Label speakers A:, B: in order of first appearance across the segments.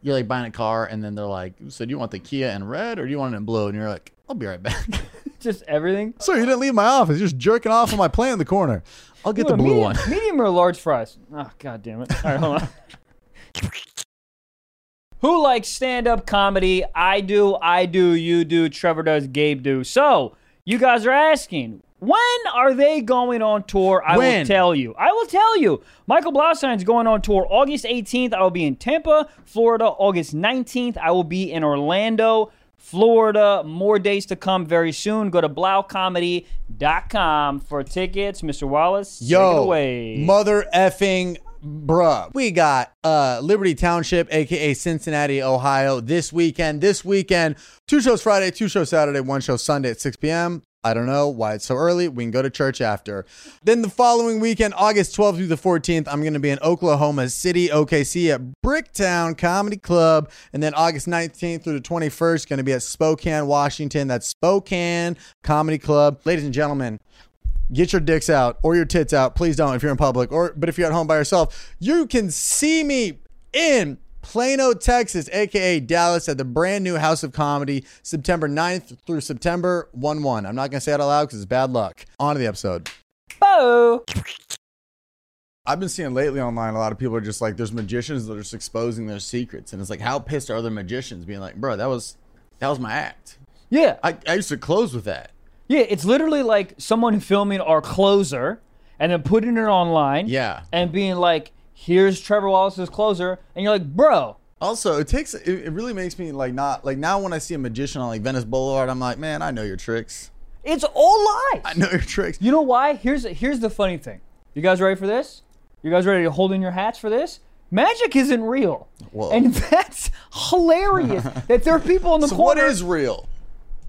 A: you're like buying a car, and then they're like, "So do you want the Kia in red or do you want it in blue?" And you're like, "I'll be right back."
B: Just everything.
C: Sir, you didn't leave my office. You're just jerking off on my plant in the corner.
A: I'll get
B: Ooh,
A: the
B: a
A: blue
B: medium,
A: one.
B: medium or large fries? Oh, god damn it. All right, hold on. Who likes stand up comedy? I do, I do, you do, Trevor does, Gabe do. So, you guys are asking, when are they going on tour? I will
A: When?
B: tell you. I will tell you. Michael Blausign's going on tour August 18th. I will be in Tampa, Florida. August 19th, I will be in Orlando, Florida. More days to come very soon. Go to blaucomedy.com for tickets. Mr. Wallace, take it
C: Yo,
B: away.
C: mother effing bruh. We got uh Liberty Township, aka Cincinnati, Ohio, this weekend. This weekend, two shows Friday, two shows Saturday, one show Sunday at 6 p.m. I don't know why it's so early. We can go to church after. Then the following weekend, August 12th through the 14th, I'm going to be in Oklahoma City, OKC at Bricktown Comedy Club. And then August 19th through the 21st, going to be at Spokane, Washington. That's Spokane Comedy Club. Ladies and gentlemen, get your dicks out or your tits out. Please don't if you're in public or but if you're at home by yourself, you can see me in Plano, Texas, aka Dallas, at the brand new House of Comedy, September 9th through September 1 1. I'm not going to say it out loud because it's bad luck. On to the episode.
B: Bo.
C: I've been seeing lately online a lot of people are just like, there's magicians that are just exposing their secrets. And it's like, how pissed are other magicians being like, bro, that was that was my act.
B: Yeah,
C: I, I used to close with that.
B: yeah. It's literally like someone filming our closer and then putting it online.
C: Yeah.
B: and being like, "Here's Trevor Wallace's closer," and you're like, "Bro,
C: Also, it takes it, it really makes me like not like now when I see a magician on like Venice Boulevard, I'm like, man, I know your tricks.
B: it's all lies."
C: I know your tricks.
B: You know why? Here's here's the funny thing. You guys ready for this? You guys ready to hold in your hats for this? Magic isn't real,
C: Whoa.
B: and that's hilarious. that there are people in the
C: So what
B: corner.
C: is real?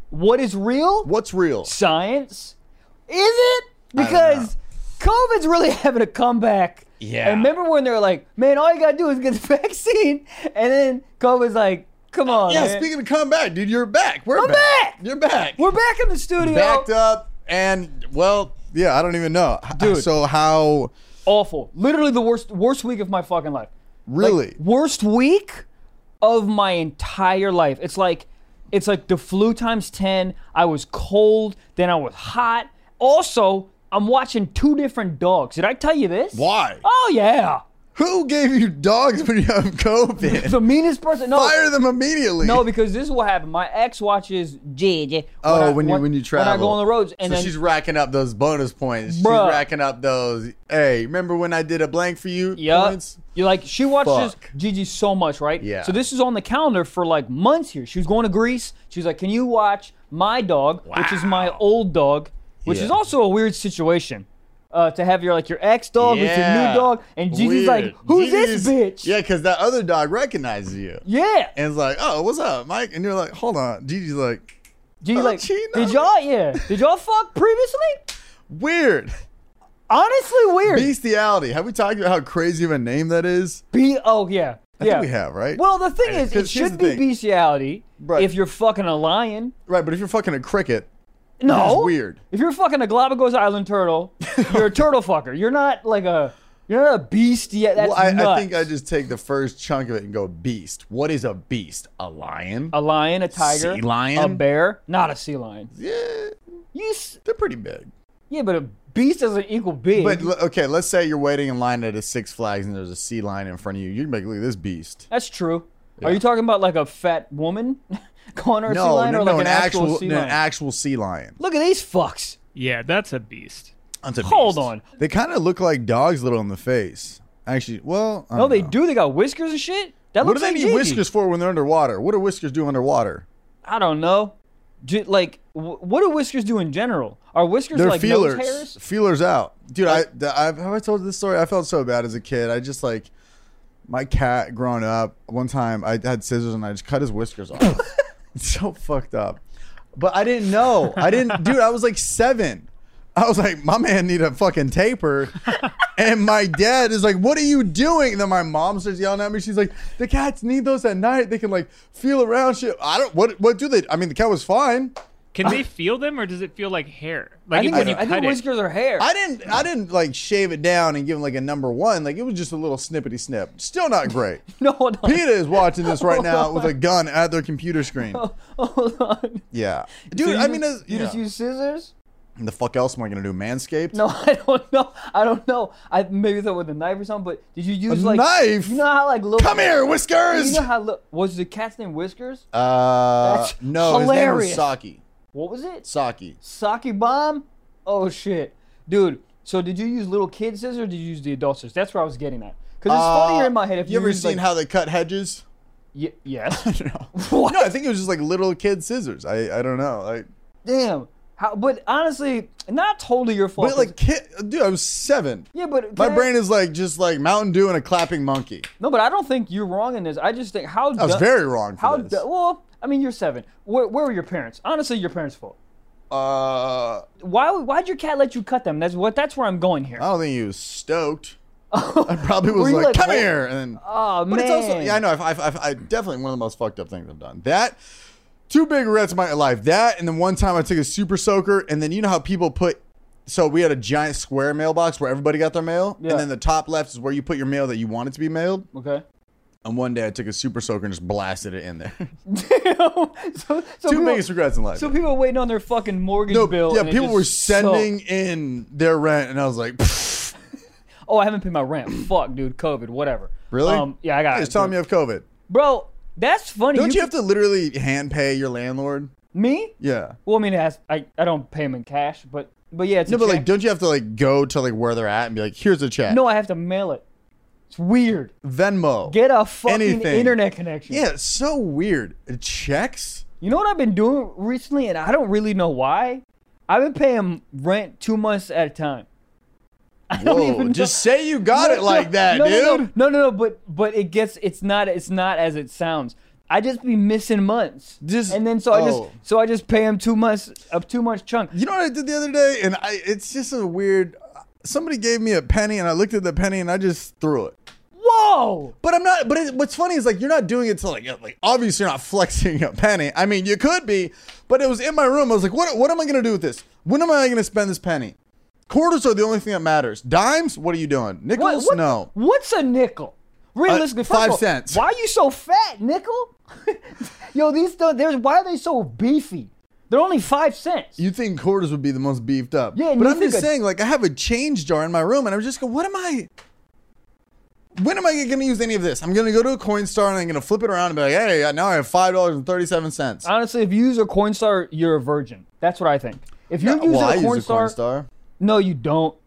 B: what is real?
C: What's real?
B: science? Is it? Because COVID's really having a comeback.
C: Yeah.
B: I remember when they were like, man, all you gotta do is get the vaccine. And then COVID's like, come on.
C: yeah,
B: man.
C: speaking of come back, dude, you're back. We're
B: I'm back.
C: You're back.
B: We're back in the studio.
C: backed up and well, yeah, I don't even know. H-
B: Dude.
C: So how
B: Awful. Literally the worst worst week of my fucking life.
C: really?
B: Worst week of my entire life. It's like it's like the flu times 10. I was cold, then I was hot. Also, I'm watching two different dogs. Did I tell you this?
C: Why?
B: Oh yeah.
C: Who gave you dogs when you have COVID?
B: The meanest person. No,
C: Fire them immediately.
B: no, because this is what happened. My ex watches JJ.
C: Oh, when you- when you
B: when I go
C: travel.
B: on the roads, and
C: so
B: then
C: she's racking up those bonus points.
B: Bruh.
C: She's racking up those. Hey, remember when I did a blank for you?
B: yeah,
C: Points?
B: you like she watches
C: Fuck.
B: Gigi so much, right?
C: Yeah.
B: So this is on the calendar for like months here. She was going to Greece. She was like, "Can you watch my dog, which is my old dog, which is
C: Yeah.
B: also a weird situation." Uh, to have your like your ex dog with your
C: Yeah.
B: new dog, and Gigi's
C: Weird.
B: like, "Who's
C: Gigi's-
B: this bitch?"
C: Yeah, because that other dog recognizes you
B: yeah.
C: and is like, "Oh, what's up, Mike?" And you're like, "Hold on." Gigi's like,
B: Gigi like,
C: Oh, Gina.
B: did y'all? Yeah, did y'all fuck previously?
C: "Weird
B: Honestly, weird.
C: bestiality." Have we talked about how crazy of a name that is?
B: B. Oh yeah,
C: I
B: yeah.
C: think we have, right?
B: Well, the thing is, it
C: 'Cause here's
B: should
C: the
B: be
C: thing.
B: bestiality
C: Right.
B: if you're fucking a lion.
C: right. But if you're fucking a cricket,
B: No,
C: That's weird.
B: If you're fucking a Galapagos Island turtle, you're a turtle fucker. You're not like a you're not a beast yet. That's
C: well, I, I
B: nuts.
C: think I just take the first chunk of it and go, "Beast." What is a beast? A lion?
B: a lion, a tiger,
A: Sea
B: a
A: lion?
B: bear, not a sea lion.
C: yeah,
B: You s-
C: they're pretty big.
B: yeah, but a beast doesn't equal big.
C: But l- okay, let's say you're waiting in line at a Six Flags and there's a sea lion in front of you. You're like, "Look at this beast."
B: That's true. Are you talking about like a fat woman calling her a sea lion, or like an, actual, sea
C: no,
B: lion?
C: an actual sea lion.
B: Look at these fucks.
D: Yeah, that's a beast.
C: That's a
B: Hold
C: beast.
B: on.
C: They kind of look like dogs, a little in the face. Actually, well, I
B: No,
C: don't
B: they
C: know.
B: do. They got whiskers and shit. That
C: What do
B: looks
C: they
B: like
C: need
B: Gigi.
C: whiskers for when they're underwater? What do whiskers do underwater?
B: I don't know. Ju- like, wh- what do whiskers do in general? Are whiskers
C: They're
B: like
C: feelers.
B: nose hairs?
C: Feelers out, dude. I, th- I've, have I told this story? I felt so bad as a kid. I just like my cat growing up. One time, I had scissors and I just cut his whiskers off. It's so fucked up. But I didn't know. I didn't, dude. I was like seven. I was like, my man need a fucking taper. And my dad is like, "What are you doing?" And then my mom starts yelling at me. She's like, "The cats need those at night. They can like feel around shit." I don't. What? What do they? I mean, the cat was fine.
E: Can they feel them, or does it feel like hair? Like
B: I think,
E: when you
B: I think
E: cut it,
B: whiskers are hair.
C: I didn't. I didn't like shave it down and give him like a number one. Like it was just a little snippety snip. Still not great.
B: no, hold on.
C: Peta is watching this right now with a gun at their computer screen.
B: Hold on.
C: Yeah,
B: Oh. So
C: dude.
B: you
C: I
B: just-
C: mean, as,
B: you just
C: yeah.
B: use scissors?
C: the fuck else am I gonna do? Manscaped?
B: No, I don't know. I don't know. I maybe thought with a knife or something. But did you use
C: A
B: like
C: knife?
B: You know how like little
C: Come here,
B: You
C: whiskers.
B: know how li- was the cat's name Whiskers?
C: Uh,
B: That's
C: no,
B: hilarious.
C: his name was Saki.
B: What was it?
C: Saki.
B: Saki bomb? Oh shit, dude. So did you use little kid scissors? or Did you use the adult scissors? That's where I was getting at. Because it's funnier in my head if you,
C: Uh, you ever
B: use,
C: seen
B: like,
C: how they cut hedges?
B: Y- yes.
C: no. No, I think it was just like little kid scissors. I I don't know. Like,
B: Damn. How, but honestly, not totally your fault.
C: but like kid, dude, I was seven.
B: yeah, but
C: My
B: can I-
C: brain is like just like Mountain Dew and a clapping monkey.
B: No, but I don't think you're wrong in this. I just think how
C: I was
B: du-
C: very wrong for
B: how
C: this.
B: du- well. I mean, you're seven. Where, where were your parents? Honestly, your parents' fault.
C: uh,
B: Why would- why'd your cat let you cut them? That's what. That's where I'm going here.
C: I don't think he was stoked. I probably was
B: you
C: like,
B: like,
C: "Come
B: what?"
C: here!" And then,
B: Oh man.
C: but it's also yeah, I know. I've, I've, I've, I definitely one of the most fucked up things I've done. That two big regrets in my life. That and then one time I took a super soaker, and then you know how people put. So we had a giant square mailbox where everybody got their mail,
B: Yeah.
C: and then the top left is where you put your mail that you want it to be mailed.
B: Okay.
C: And one day I took a super soaker and just blasted it in there. Two
B: so, so people,
C: biggest regrets in life.
B: So people waiting on their fucking mortgage
C: No,
B: bill.
C: yeah,
B: and it
C: people
B: just
C: were
B: sucked.
C: sending in their rent, and I was like,
B: Oh, I haven't paid my rent. Fuck, dude. COVID. Whatever.
C: "Really?
B: Um, yeah, I got
C: It's
B: it.
C: telling me you have COVID.
B: Bro, that's funny.
C: Don't you,
B: could-
C: have to literally hand pay your landlord?
B: me?
C: Yeah.
B: Well, I mean, it has, I I don't pay him in cash, but but yeah, it's
C: No,
B: a
C: but
B: check.
C: like, don't you have to like go to like where they're at and be like, "Here's a check."
B: no, I have to mail it. It's weird.
C: Venmo.
B: Get a fucking
C: Anything.
B: internet connection.
C: yeah, it's so weird. Checks.
B: You know what I've been doing recently, and I don't really know why. I've been paying rent two months at a time. I don't
C: Whoa!
B: even know-
C: Just say you got
B: No,
C: it like
B: no,
C: that,
B: no,
C: dude.
B: no, No, no, no, no, but but it gets it's not it's not as it sounds. I just be missing months,
C: Just-
B: and then so I
C: oh.
B: just so I just pay him two months of two months chunk.
C: You know what I did the other day, and I it's just a weird. Somebody gave me a penny, and I looked at the penny, and I just threw it.
B: Whoa!
C: But I'm not. But it, what's funny is like you're not doing it to like like obviously you're not flexing a penny. I mean you could be, but it was in my room. I was like, what what am I gonna do with this? When am I gonna spend this penny? Quarters are the only thing that matters. Dimes, what are you doing?
B: What,
C: Nickels,
B: what-
C: no.
B: What's a nickel? Realistically,
C: Uh,
B: first of
C: five
B: all,
C: cents.
B: Why are you so fat, nickel? Yo, these th- there's why are they so beefy? They're only five cents.
C: You think quarters would be the most beefed up?
B: Yeah, and
C: but
B: you
C: I'm just
B: think a-
C: saying like I have a change jar in my room, and I'm just going, what am I? When am I gonna use any of this? I'm gonna go to a Coinstar and I'm gonna flip it around and be like, hey, now I have five dollars and thirty seven cents.
B: Honestly, if you use a Coinstar, you're a virgin. That's what I think. If you're using
C: Well, I
B: a
C: use a
B: Coinstar,
C: Coinstar.
B: no, you don't.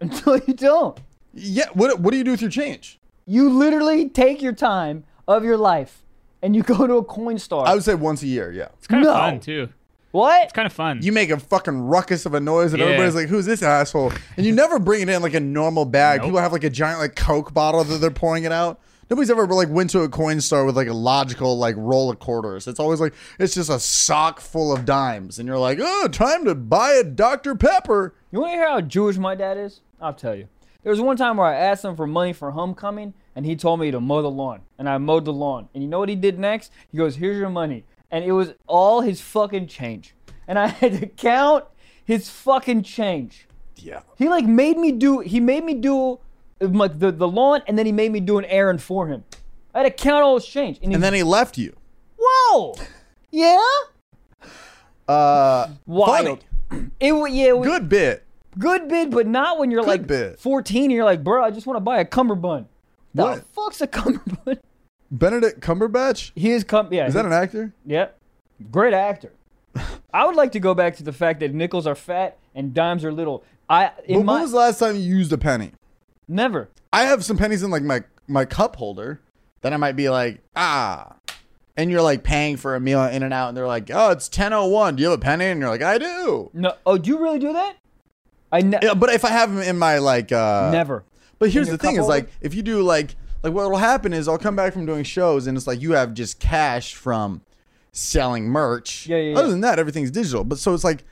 B: Until you don't.
C: Yeah, what what do you do with your change?
B: You literally take your time of your life and you go to a coin star.
C: I would say once a year, yeah.
E: it's kind of
B: No.
E: fun too.
B: what?
E: It's kind of fun.
C: You make a fucking ruckus of a noise, and
E: Yeah.
C: everybody's like, "Who's this asshole?" And you never bring it in like a normal bag.
E: Nope.
C: People have like a giant like Coke bottle that they're pouring it out. Nobody's ever like went to a coin store with like a logical like roll of quarters. It's always like it's just a sock full of dimes, and you're like, "Oh, time to buy a Dr Pepper."
B: You want to hear how Jewish my dad is? I'll tell you. There was one time where I asked him for money for homecoming and he told me to mow the lawn. And I mowed the lawn. And you know what he did next? He goes, Here's your money. And it was all his fucking change. And I had to count his fucking change.
C: Yeah,
B: He like made me do. He made me do um, like the, the lawn, and then he made me do an errand for him. I had to count all his change. And, he,
C: and then he left you.
B: whoa, yeah,
C: Uh,
B: wild. It wa- yeah, it was good.
C: good bit.
B: bid, but not when you're like
C: bid.
B: 14 and you're like, bro, I just want to buy a cummerbund. The
C: What?
B: fuck's a cummerbund?
C: Benedict Cumberbatch
B: He is cum. Yeah,
C: is that an actor?
B: yep, great actor. I would like to go back to the fact that nickels are fat and dimes are little. I in
C: But
B: my
C: when was the last time you used a penny?
B: never.
C: I have some pennies in like my my cup holder that I might be like, ah. And you're like paying for a meal at In and Out, and they're like, oh, it's ten oh one. Do you have a penny? And you're like, I do.
B: No. Oh, do you really do that? I ne-
C: Yeah, but if I have them in my like, uh,
B: never.
C: But here's the
B: your
C: thing:
B: cup
C: is
B: holder?
C: like, if you do like, like what will happen is I'll come back from doing shows, and it's like you have just cash from selling merch.
B: Yeah, yeah,
C: Other
B: yeah.
C: than that, everything's digital. But so it's like,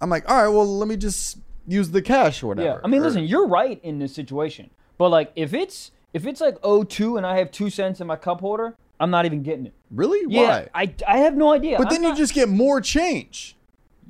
C: I'm like, all right, well, let me just use the cash or whatever.
B: Yeah, I mean,
C: Or-
B: listen, you're right in this situation, but like, if it's if it's like 02 and I have two cents in my cup holder, I'm not even getting it.
C: really?
B: Yeah,
C: Why?
B: I, I have no idea.
C: But then
B: I'm
C: you
B: not-
C: just get more change.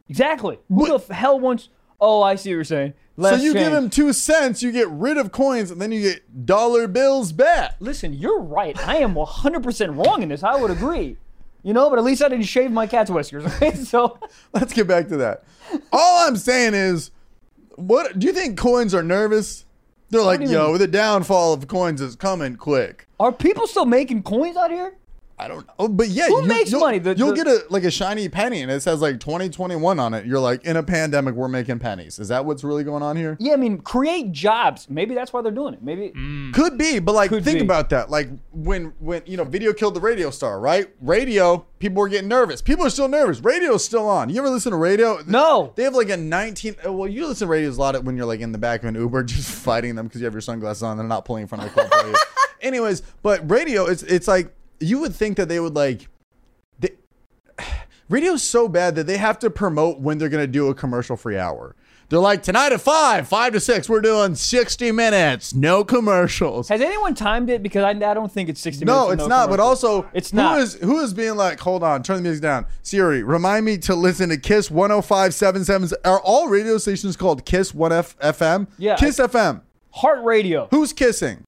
B: Exactly. Who the f- hell wants? Oh, I see what you're saying.
C: So
B: Less
C: you give
B: change.
C: him two cents, you get rid of coins, and then you get dollar bills back.
B: Listen, you're right. I am 100% wrong in this. I would agree. You know, but at least I didn't shave my cat's whiskers. Right? So,
C: Let's get back to that. All I'm saying is, what do you think coins are nervous? They're like,
B: do you
C: yo, the downfall of coins is coming quick.
B: are people still making coins out here?
C: I don't know, but yeah,
B: Who makes
C: you'll,
B: money? The-
C: you'll
B: the-
C: get a like a shiny penny, and it says like 2021 on it. You're like, in a pandemic, we're making pennies. Is that what's really going on here?
B: Yeah, I mean, create jobs. Maybe that's why they're doing it. Maybe
C: Could be, but like,
B: Mm. Could
C: think
B: be.
C: about that. Like when when you know, video killed the radio star, right? Radio, people were getting nervous. People are still nervous. Radio's still on. You ever listen to radio?
B: no.
C: They have like a 19. oh, Well, you listen to radios a lot when you're like in the back of an Uber, just fighting them because you have your sunglasses on. They're not pulling in front of the club. for you. Anyways, but radio, it's it's like you would think that they would like. They, radio's so bad that they have to promote when they're gonna do a commercial free hour. They're like tonight at five, five to six, we're doing 60 minutes, no commercials.
B: Has anyone timed it? Because I, I don't think it's 60 minutes.
C: No,
B: with
C: it's not. But
B: commercial.
C: also,
B: It's not.
C: Who is who is being like, hold on, turn the music down. Siri, remind me to listen to Kiss 105.77. Are all radio stations called Kiss One F FM?
B: Yeah,
C: Kiss FM.
B: Heart Radio.
C: Who's kissing?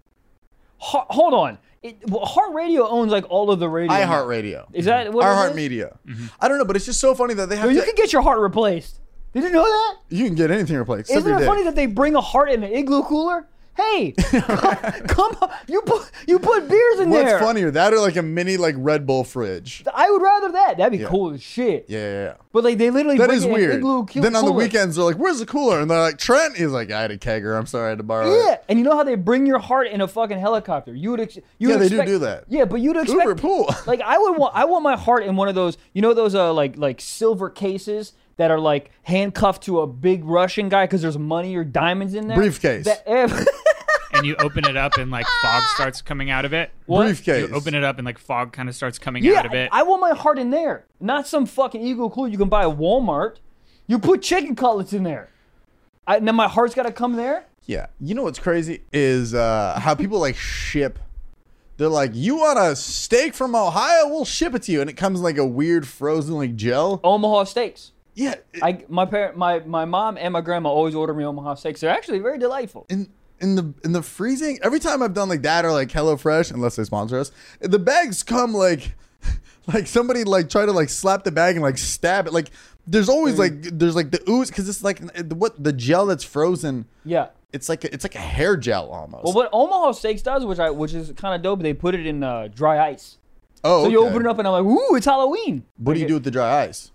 B: Heart, hold on. It, well, Heart Radio owns like all of the radio.
C: iHeartRadio.
B: Is that what it is?
C: iHeartMedia. I don't know, but it's just so funny that they have
B: So you
C: to.
B: can get your heart replaced. Did you know that?
C: you can get anything replaced. except
B: Isn't
C: your
B: it
C: dick.
B: funny that they bring a heart in an igloo cooler? Hey, come, come on. You put, you put beers in
C: What's
B: there.
C: funnier, that or like a mini like Red Bull fridge?
B: I would rather that. That'd be cool as shit.
C: Yeah, yeah, yeah.
B: But like they literally
C: That
B: bring
C: is
B: it in an
C: weird.
B: igloo cu-
C: Then on the
B: cooler.
C: weekends they're like, "Where's the cooler?" And they're like, "Trent." He's like, "I had a kegger. I'm sorry, I had to borrow." it."
B: Yeah, and you know how they bring your heart in a fucking helicopter? You would, ex- you
C: Yeah,
B: would
C: they do
B: expect-
C: do that.
B: Yeah, but you'd expect
C: Uber pool.
B: like I would want, I want my heart in one of those, you know, those uh like like silver cases that are like handcuffed to a big Russian guy because there's money or diamonds in there.
C: Briefcase.
B: That- eh,
E: and you open it up and like fog starts coming out of it.
C: Briefcase.
E: You open it up and like fog kind of starts coming
B: yeah,
E: out of it.
B: I, I want my heart in there, not some fucking eagle clue you can buy at Walmart. You put chicken cutlets in there. I, now my heart's got to come there.
C: Yeah. You know what's crazy is uh, how people like ship. They're like, you want a steak from Ohio? We'll ship it to you, and it comes in, like a weird frozen like gel.
B: Omaha steaks.
C: Yeah. it-
B: I my parent, my my mom and my grandma always order me Omaha steaks. They're actually very delightful.
C: in in the in the freezing, every time I've done like that or like HelloFresh, unless they sponsor us, the bags come like like somebody like try to like slap the bag and like stab it. Like there's
B: Mm.
C: always like there's like the ooze because it's like the- what the gel that's frozen.
B: Yeah.
C: It's like it's like a hair gel almost.
B: Well, what Omaha Steaks does, which I which is kind of dope, they put it in uh, dry ice.
C: oh,
B: So you
C: okay.
B: open it up, and I'm like, ooh, it's Halloween.
C: What do you do with the dry ice?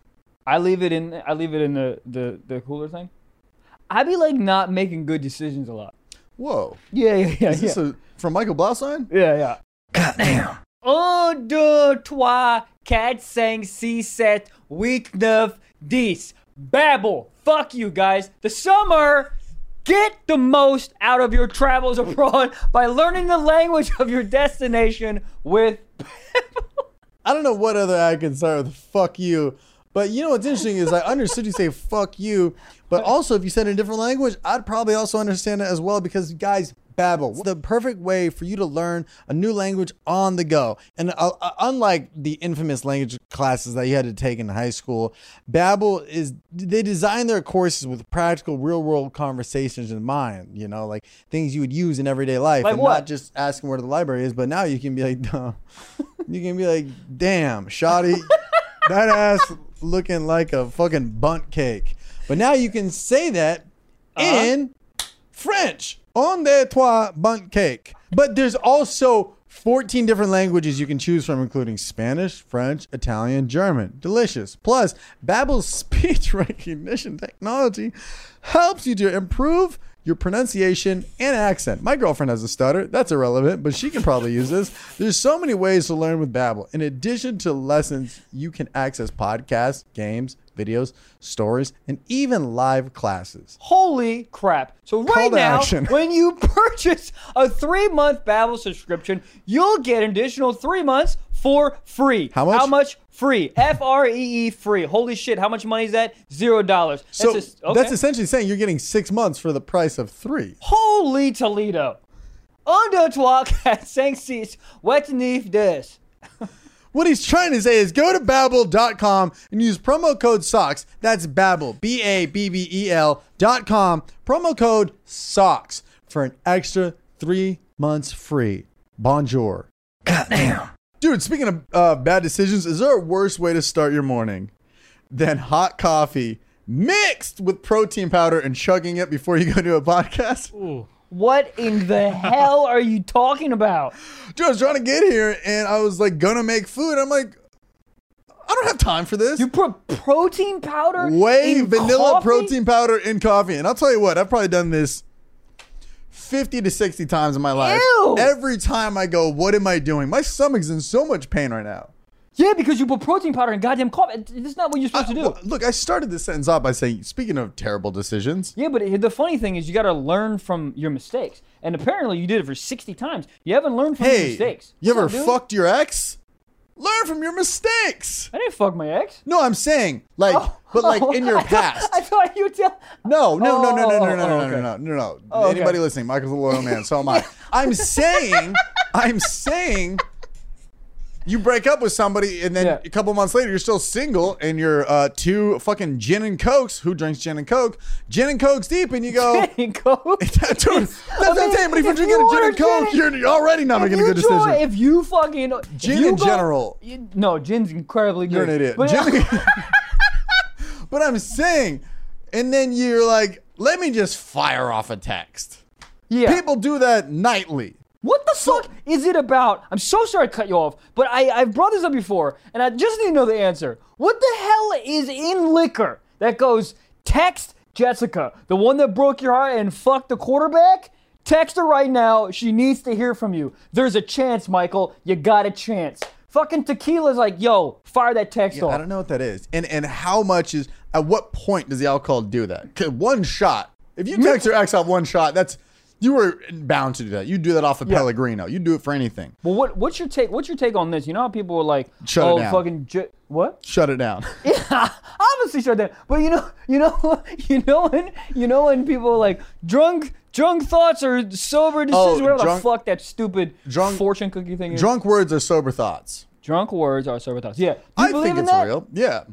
B: I leave it in. I leave it in the the, the cooler thing. I be like not making good decisions a lot.
C: Whoa.
B: Yeah, yeah, yeah,
C: Is this
B: yeah.
C: a, from Michael Blaustein?
B: yeah, yeah. Goddamn. Un, deux, trois, quatre, cinq, six, sept, huit, neuf, dix. Babble. Fuck you guys. The summer. Get the most out of your travels abroad by learning the language of your destination with
C: I don't know what other ad can start with fuck you. But you know what's interesting is I understood you say fuck you, but also if you said it in a different language, I'd probably also understand it as well because guys, Babbel, the perfect way for you to learn a new language on the go. And uh, uh, unlike the infamous language classes that you had to take in high school, Babbel is they design their courses with practical real-world conversations in mind, you know, like things you would use in everyday life
B: Like
C: and
B: what?
C: not just asking where the library is, but now you can be like, "Duh." You can be like, damn, shoddy, that ass looking like a fucking bunt cake. But now you can say that in French. On de toi bunt cake. But there's also 14 different languages you can choose from, including Spanish, French, Italian, German. Delicious. Plus, Babbel's speech recognition technology helps you to improve your pronunciation and accent. My girlfriend has a stutter. That's irrelevant, but she can probably use this. There's so many ways to learn with Babbel. In addition to lessons, you can access podcasts, games, videos, stories, and even live classes.
B: Holy crap. So right
C: to
B: now,
C: action.
B: when you purchase a three-month Babbel subscription, you'll get an additional three months for free.
C: How much?
B: How much? Free. F-R-E-E E, free. Holy shit. How much money is that? Zero dollars.
C: So
B: That's, just, okay.
C: that's essentially saying you're getting six months for the price of three.
B: Holy Toledo. On de toi, cinq, six, what neef this?
C: What he's trying to say is go to babbel.com and use promo code SOCKS. That's Babbel, B A B B E L dot com, promo code SOCKS for an extra three months free. Bonjour. Dude, speaking of uh, bad decisions, is there a worse way to start your morning than hot coffee mixed with protein powder and chugging it before you go to a podcast?
B: What in the hell are you talking about?
C: Dude, I was trying to get here and I was like gonna make food. I'm like, I don't have time for this.
B: You put protein powder?
C: Way
B: in
C: vanilla
B: coffee?
C: protein powder in coffee. And I'll tell you what, I've probably done this 50 to 60 times in my life.
B: Ew.
C: Every time I go, what am I doing? My stomach's in so much pain right now.
B: Yeah, because you put protein powder in goddamn coffee. It- It's not what you're supposed to do.
C: Well, Look, I started this sentence off by saying, speaking of terrible decisions,
B: Yeah, but it- the funny thing is you got to learn from your mistakes. And apparently you did it for 60 times. You haven't learned from your
C: hey,
B: mistakes.
C: you
B: Come
C: ever
B: on, dude.
C: fucked your ex? Learn from your mistakes.
B: I didn't fuck my ex.
C: No, I'm saying, like, but like in your
B: I thought-
C: past.
B: I thought you tell.
C: No, no, no, no, no, no, no,
B: Oh,
C: no,
B: okay. Oh,
C: no, no, no, no.
B: okay.
C: Anybody listening, Michael's a loyal man, so am I. I'm saying, I'm saying, you break up with somebody, and then
B: Yeah.
C: a couple months later, you're still single, and you're uh, two fucking gin and cokes. Who drinks gin and coke? Gin and cokes deep, and you go.
B: Didn't go.
C: Dude, that's what I'm
B: mean,
C: saying. But if you're
B: if
C: drinking
B: you
C: a gin
B: order
C: and coke,
B: gin
C: you're you're already not
B: If
C: making a
B: you
C: good
B: join-
C: decision.
B: if you fucking
C: Gin
B: if you
C: in
B: go-
C: general.
B: you- no, gin's incredibly good.
C: You're an idiot.
B: But,
C: Jimmy- but I'm saying, and then you're like, let me just fire off a text.
B: yeah.
C: People do that nightly.
B: What the fuck is it about? I'm so sorry to cut you off, but I, I've brought this up before, and I just need to know the answer. What the hell is in liquor that goes text Jessica, the one that broke your heart and fucked the quarterback? Text her right now. She needs to hear from you. There's a chance, Michael. You got a chance. Fucking tequila's like, yo, fire that text off.
C: I don't know what that is, and and how much is at what point does the alcohol do that? 'Cause one shot. If you text your ex off one shot, that's you were bound to do that. You do that off of Pellegrino. You do it for anything.
B: Well, what, what's your take? What's your take on this? You know how people were like,
C: Shut it
B: oh,
C: down.
B: fucking, J- what?
C: Shut it down.
B: obviously shut down. But you know, you know, you know when you know when people are like drunk, drunk thoughts or sober decisions.
C: Oh,
B: whatever
C: drunk-
B: the fuck that stupid
C: drunk-
B: fortune cookie thing is.
C: Drunk words are sober thoughts.
B: Drunk words are sober thoughts. Yeah, Do you
C: I
B: believe
C: think
B: in
C: it's
B: that? Ah.
C: real. Yeah.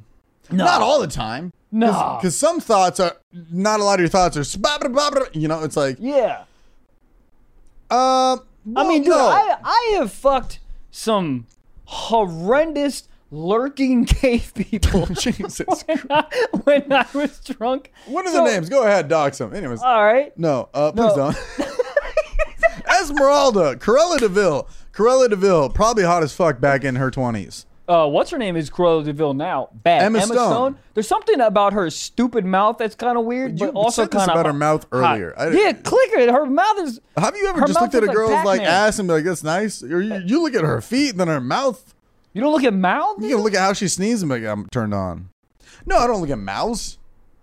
C: Not all the time.
B: No.
C: Because some thoughts are not a lot of your thoughts are. spabra- babra- You know, it's like.
B: Yeah.
C: Uh,
B: I mean, dude,
C: no.
B: I I have fucked some horrendous lurking cave people
C: Jesus.
B: when I was drunk.
C: What are
B: So-
C: the names? Go ahead, dox them. Anyways,
B: All right.
C: no, uh, please
B: no.
C: don't. Esmeralda, Corella Deville, Corella Deville, probably hot as fuck back in her twenties.
B: uh, what's her name is Cruella Deville now. Bad
C: Emma Stone.
B: There's something about her stupid mouth that's kind of weird,
C: You
B: but also
C: said this
B: kind of
C: about her mouth earlier. I didn't-
B: yeah, clicker. Her mouth is.
C: Have you ever
B: Her
C: just looked at
B: mouth
C: a
B: looks like
C: girl's like
B: Pac-Man.
C: ass and be like, "That's nice"? Or you, you look at her feet and then her mouth.
B: You don't look at mouth.
C: You can look at how she sneezes and be like, "I'm turned on." No, I don't look at mouths.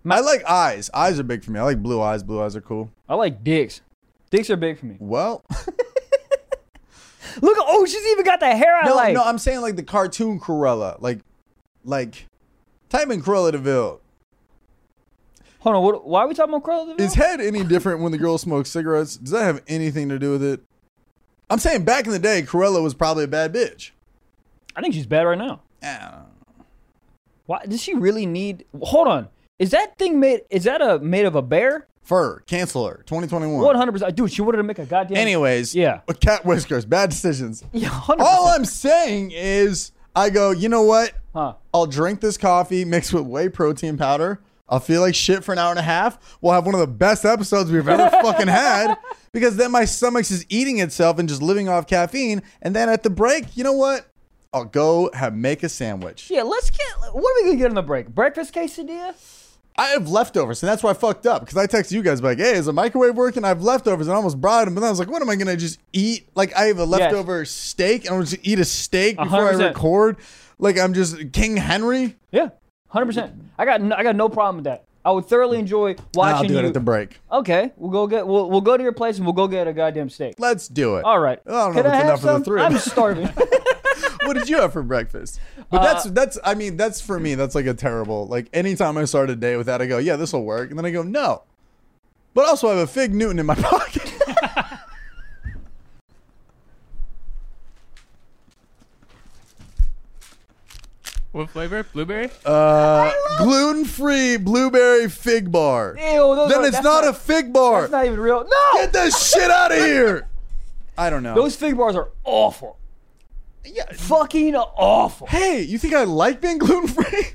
C: I like eyes. Eyes are big for me. I like blue eyes. Blue eyes are cool.
B: I like dicks. Dicks are big for me.
C: Well,
B: Look, oh, she's even got the hair I
C: No,
B: like.
C: no, I'm saying like the cartoon Cruella, like, like, type in Cruella Deville.
B: Hold on, what, why are we talking about Cruella Deville?
C: Is head any different when the girl smokes cigarettes? Does that have anything to do with it? I'm saying back in the day, Cruella was probably a bad bitch.
B: I think she's bad right now.
C: Ah,
B: Why does she really need? Hold on, is that thing made? Is that a made of a bear?
C: Fur, cancel her, 2021.
B: One hundred percent, dude. She wanted to make a goddamn.
C: Anyways,
B: Yeah.
C: cat whiskers, bad decisions.
B: yeah, hundred
C: All
B: percent.
C: I'm saying is, I go, you know what?
B: Huh.
C: I'll drink this coffee mixed with whey protein powder. I'll feel like shit for an hour and a half. We'll have one of the best episodes we've ever fucking had because then my stomach's just eating itself and just living off caffeine. And then at the break, you know what? I'll go have make a sandwich.
B: Yeah, let's get. What are we gonna get on the break? Breakfast quesadilla.
C: I have leftovers, and that's why I fucked up because I texted you guys like, "Hey, is the microwave working?" I have leftovers, and I almost brought them, but then I was like, "What am I gonna just eat?" Like I have a leftover steak, and I'm just gonna eat a steak before I
B: 100%.
C: record. Like I'm just King Henry.
B: Yeah, hundred percent. I got no, I got no problem with that. I would thoroughly enjoy watching
C: Mm. I'll do
B: you.
C: it at the break.
B: okay, we'll go get we'll, we'll go to your place and we'll go get a goddamn steak.
C: Let's do it.
B: All right.
C: I don't know
B: Can
C: if it's
B: have
C: enough for the
B: some?
C: three of
B: I'm
C: us.
B: starving.
C: what did you have for breakfast? But that's that's I mean that's for me that's like a terrible like anytime I start a day with that I go yeah this will work and then I go no, but also I have a fig Newton in my pocket.
E: What flavor? Blueberry?
C: Uh, gluten free blueberry fig bar.
B: Ew, those
C: then
B: are-
C: it's
B: that's
C: not, a fig bar.
B: That's not even real. No,
C: Get that shit out of here. I don't know.
B: those fig bars are awful.
F: Yeah.
B: Fucking awful.
C: hey, you think I like being gluten free?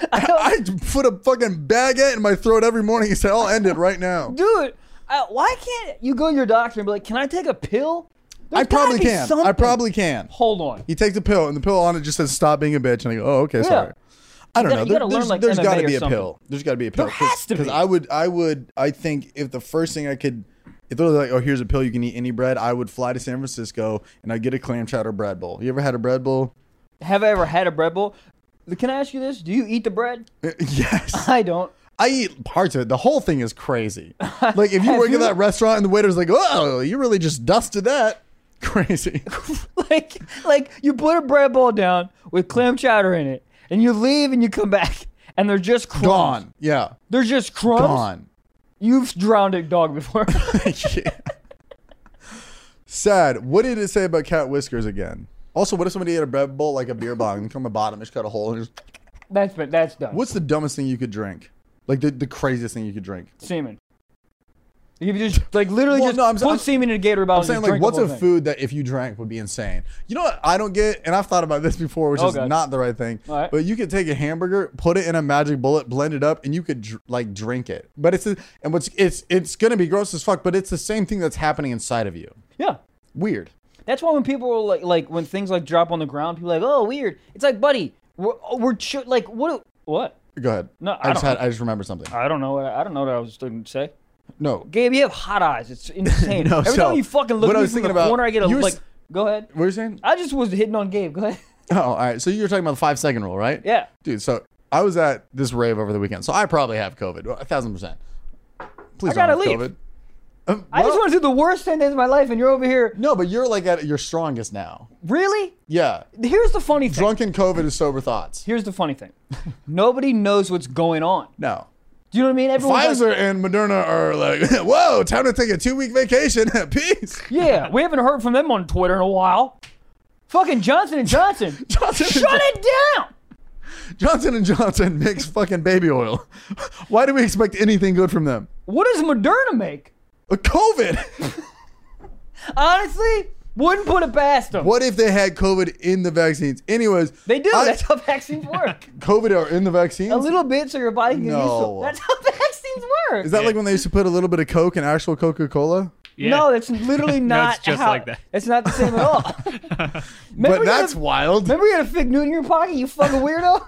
C: I put a fucking baguette in my throat every morning and say, I'll end it right now.
B: dude. Uh, why can't you go to your doctor and be like, "Can I take a pill?" There's
C: I probably
B: gotta be
C: can. I
B: something.
C: probably can.
B: Hold on.
C: He takes a pill, and the pill on it just says, Stop being a bitch. And I go, Oh, okay, sorry. I don't
B: gotta-
C: know.
B: you
C: There,
B: gotta learn,
C: there's
B: like,
C: there's got to
B: MMA
C: be
B: or
C: a
B: something.
C: pill. There's got to be a pill.
B: There has to
C: Because
B: be.
C: I would, I would, I think if the first thing I could, if they were like, oh, here's a pill, you can eat any bread, I would fly to San Francisco and I'd get a clam chowder bread bowl. You ever had a bread bowl?
B: Have I ever had a bread bowl? Can I ask you this? Do you eat the bread?
C: yes.
B: I don't.
C: I eat parts of it. The whole thing is crazy. Like if you
B: Have
C: work
B: you-
C: at that restaurant and the waiter's like, oh, you really just dusted that. Crazy.
B: Like, like you put a bread bowl down with clam chowder in it, and you leave and you come back, and they're just crumbs.
C: Gone. Yeah.
B: They're just crumbs.
C: Gone.
B: You've drowned a dog before.
C: Yeah. Sad. What did it say about cat whiskers again? Also, what if somebody ate a bread bowl like a beer bong and come the bottom, just cut a hole and just.
B: that's been, that's done.
C: What's the dumbest thing you could drink? Like the, the craziest thing you could drink?
B: semen? You just like literally
C: Well,
B: just
C: no, I'm-
B: put
C: I'm-
B: semen in a Gatorade bottle.
C: I'm saying
B: and just
C: like,
B: drink the
C: what's
B: whole
C: a
B: thing.
C: food that if you drank would be insane? You know what I don't get, and I've thought about this before, which
B: Oh,
C: is
B: God.
C: not the right thing.
B: All right.
C: But you could take a hamburger, put it in a magic bullet, blend it up, and you could dr- like drink it. But it's a, and what's it's it's gonna be gross as fuck, but it's the same thing that's happening inside of you.
B: Yeah.
C: Weird.
B: That's why when people are like, like when things like drop on the ground, people are like, oh, weird. It's like, buddy, we're oh, we're ch- like, what? What?
C: Go ahead.
B: No, I
C: just had
B: don't-
C: I just remembered something.
B: I don't know. What I, I don't know what I was going to say.
C: No,
B: Gabe, you have hot eyes. It's insane.
C: No,
B: Every
C: so,
B: time you fucking look
C: what
B: at
C: I
B: me
C: was
B: from the
C: thinking about-
B: corner, I get a
C: you were
B: like.
C: s-
B: go ahead.
C: What were you saying?
B: I just was hitting on Gabe. Go ahead.
C: Oh, all right. So you were talking about the five second rule, right?
B: Yeah.
C: Dude, so I was at this rave over the weekend. So I probably have COVID, a thousand percent. Please
B: I gotta
C: don't have
B: leave.
C: COVID. Um,
B: I just
C: well,
B: want to do the worst ten days of my life, and you're over here.
C: no, but you're like at your strongest now.
B: Really?
C: Yeah.
B: Here's the funny thing.
C: Drunken COVID is sober thoughts.
B: Here's the funny thing. Nobody knows what's going on.
C: No.
B: Do you know what I mean? Everyone's like-
C: Pfizer and Moderna are like, whoa, time to take a two week vacation. Peace.
B: yeah, we haven't heard from them on Twitter in a while. Fucking Johnson and Johnson.
C: Johnson and
B: Shut it down.
C: Johnson and Johnson makes fucking baby oil. Why do we expect anything good from them?
B: What does Moderna make?
C: A COVID.
B: Honestly, wouldn't put it past them.
C: what if they had COVID in the vaccines? Anyways,
B: They do.
C: I-
B: That's how vaccines work.
C: COVID are in the vaccines.
B: a little bit so your body can get used to
C: No.
B: it. That's how vaccines work.
C: Is that like when they used to put a little bit of Coke in actual Coca Cola?
E: Yeah.
B: No, that's literally not
E: it's just
B: how-
E: like that.
B: It's not the same at all.
C: But
B: you
C: that's
B: had a,
C: wild,
B: remember you had a fig newt in your pocket, you fucking weirdo?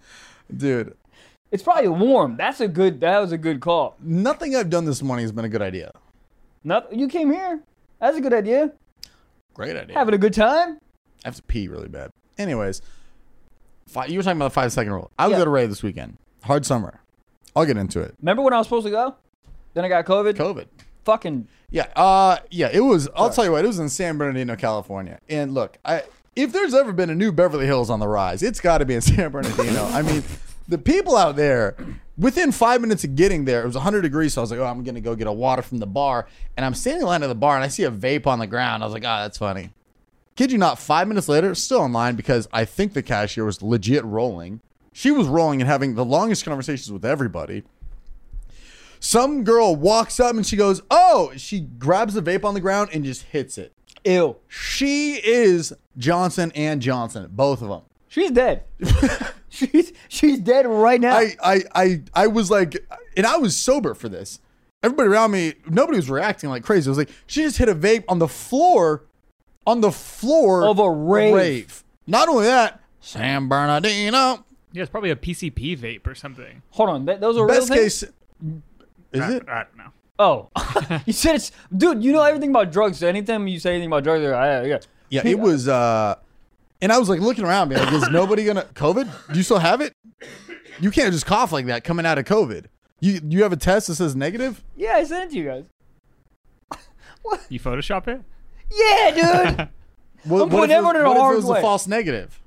C: dude.
B: it's probably warm. That's a good that was a good call.
C: Nothing I've done this morning has been a good idea.
B: Not, you came here. That's a good idea.
C: Great idea.
B: Having a good time.
C: I have to pee really bad. Anyways, fi you were talking about the five second rule. I was
B: Yeah.
C: at a rave this weekend. Hard summer. I'll get into it.
B: Remember when I was supposed to go? Then I got COVID.
C: COVID.
B: Fucking
C: Yeah. Uh. Yeah. It was. I'll tell you what. It was in San Bernardino, California. And look, I if there's ever been a new Beverly Hills on the rise, it's got to be in San Bernardino. I mean, the people out there. Within five minutes of getting there, it was 100 degrees. So I was like, oh, I'm going to go get a water from the bar. And I'm standing in line at the bar and I see a vape on the ground. I was like, ah, that's funny. Kid you not, five minutes later, still in line because I think the cashier was legit rolling. She was rolling and having the longest conversations with everybody some girl walks up and she goes, "Oh!" She grabs the vape on the ground and just hits it.
B: ill.
C: She is Johnson and Johnson, both of them.
B: She's dead. she's she's dead right now.
C: I, I, I, I was like, and I was sober for this. Everybody around me, nobody was reacting like crazy. It was like she just hit a vape on the floor, on the floor
B: Of a rave.
C: Not only that, San Bernardino.
E: Yeah, it's probably a PCP vape or something.
B: Hold on, that, those are
C: Best
B: real
C: case,
B: things.
C: is it?
E: I don't know.
B: Oh, you said it's dude. You know everything about drugs. So anytime you say anything about drugs, you're like, "Ah, yeah,
C: Yeah, it was. uh And I was like looking around, being like, "Is nobody gonna COVID? Do you still have it? You can't just cough like that coming out of COVID. You you have a test that says negative.
B: yeah. I sent it to you guys.
E: You Photoshop it?
B: Yeah, dude.
C: What,
B: I'm putting
C: if it was- what
B: everyone in a
C: if
B: hard
C: it was a
B: way.
C: false negative?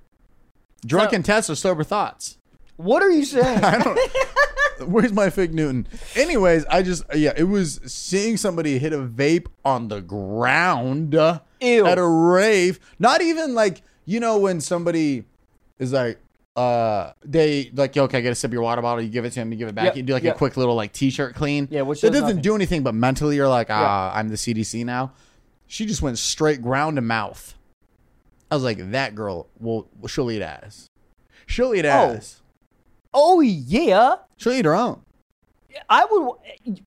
C: Drunken tests are sober thoughts.
B: what are you saying?
C: I don't. Where's my fig Newton? Anyways, I just yeah, it was seeing somebody hit a vape on the ground uh,
B: Ew.
C: at a rave. Not even like you know when somebody is like, uh they like yo, okay, get a sip of your water bottle, you give it to him, you give it back,
B: Yep,
C: you do like
B: yep.
C: a quick little like t-shirt clean.
B: Yeah, which
C: that
B: does
C: doesn't
B: nothing.
C: do anything, but mentally you're like, ah, I'm the CDC now. She just went straight ground to mouth. I was like, that girl will she'll eat ass. She'll eat ass.
B: Oh yeah,
C: She'll eat her own.
B: I would.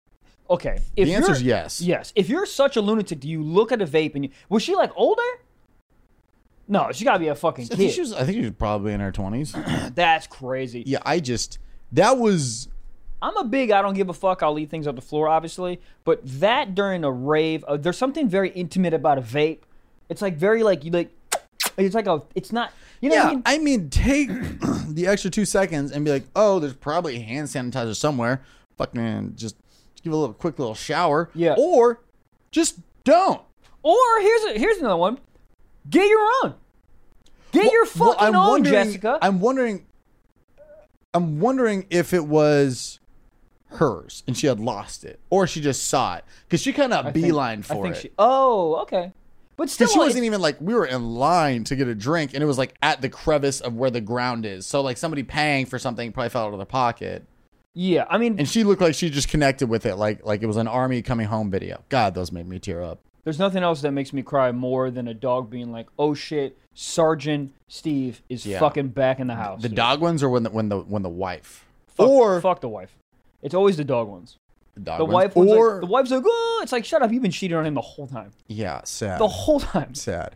B: Okay, if
C: the answer's
B: you're-
C: yes.
B: Yes. If you're such a lunatic, do you look at a vape and you, was she like older? No, she gotta be a fucking
C: I think
B: kid.
C: she was I think she was probably in her twenties.
B: That's crazy.
C: yeah, I just that was
B: I'm a big I don't give a fuck. I'll leave things on the floor, obviously. But that during a rave, uh, there's something very intimate about a vape. It's like very like you like. It's like a. It's not. You know what I
C: yeah,
B: mean?
C: I mean, take the extra two seconds and be like, oh, there's probably hand sanitizer somewhere. Fucking just give a little quick little shower.
B: Yeah.
C: Or just don't.
B: Or here's a, here's another one. Get your own. Get your
C: Well,
B: fucking own,
C: wondering,
B: Jessica.
C: I'm wondering. I'm wondering if it was hers and she had lost it, or she just saw it because she kind of
B: I think-
C: beeline for
B: I think
C: it.
B: She, oh, okay. But still,
C: Because she
B: like-
C: wasn't even like we were in line to get a drink, and it was like at the crevice of where the ground is. So like somebody paying for something probably fell out of their pocket.
B: yeah. I mean,
C: and she looked like she just connected with it like like it was an army coming home video god those made me tear up
B: There's nothing else that makes me cry more than a dog being like, "Oh shit, Sergeant Steve is
C: Yeah.
B: fucking back in the house."
C: the
B: dude."
C: dog ones or when the when the when the wife
B: fuck,
C: or
B: fuck the wife. It's always the dog ones.
C: the, dog
B: The
C: ones,
B: wife one's
C: or
B: like, the wife's like, "Oh," it's like, "Shut up, you've been cheating on him the whole time,
C: yeah sad
B: the whole time."
C: sad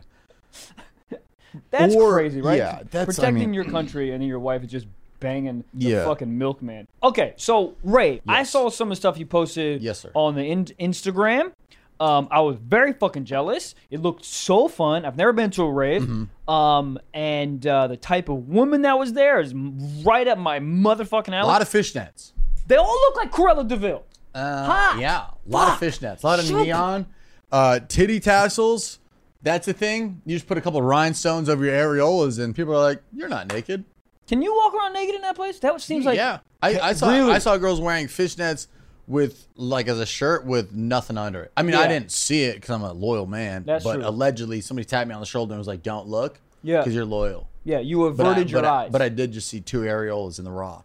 B: That's
C: Or-
B: crazy, right?
C: yeah, that's- I
B: protecting
C: mean-
B: your country, and then your wife is just banging the
C: Yeah.
B: fucking milkman. Okay, so Ray, I
C: Yes.
B: saw some of the stuff you posted
C: Yes, sir.
B: on the in- Instagram. Um, I was very fucking jealous. It looked so fun. I've never been to a rave,
C: Mm-hmm.
B: um, and uh, the type of woman that was there is m- right up my motherfucking
C: a
B: alley.
C: lot of fishnets
B: they all look like Corella Deville.
C: uh,
B: Hot.
C: yeah a lot
B: Fuck.
C: of fishnets a lot of
B: Shut the-
C: neon uh titty tassels that's a thing you just put a couple rhinestones over your areolas and people are like you're not naked
B: Can you walk around naked in that place? That seems like
C: yeah I, I saw
B: really?
C: i saw girls wearing fishnets with like as a shirt with nothing under it. I mean, I
B: Yeah.
C: didn't see it because I'm a loyal man.
B: That's
C: but
B: true.
C: allegedly, somebody tapped me on the shoulder and was like, "Don't look."
B: Yeah.
C: because you're loyal.
B: yeah. You
C: But I,
B: averted
C: but
B: your
C: I-
B: eyes.
C: but I did just see two areolas in the raw.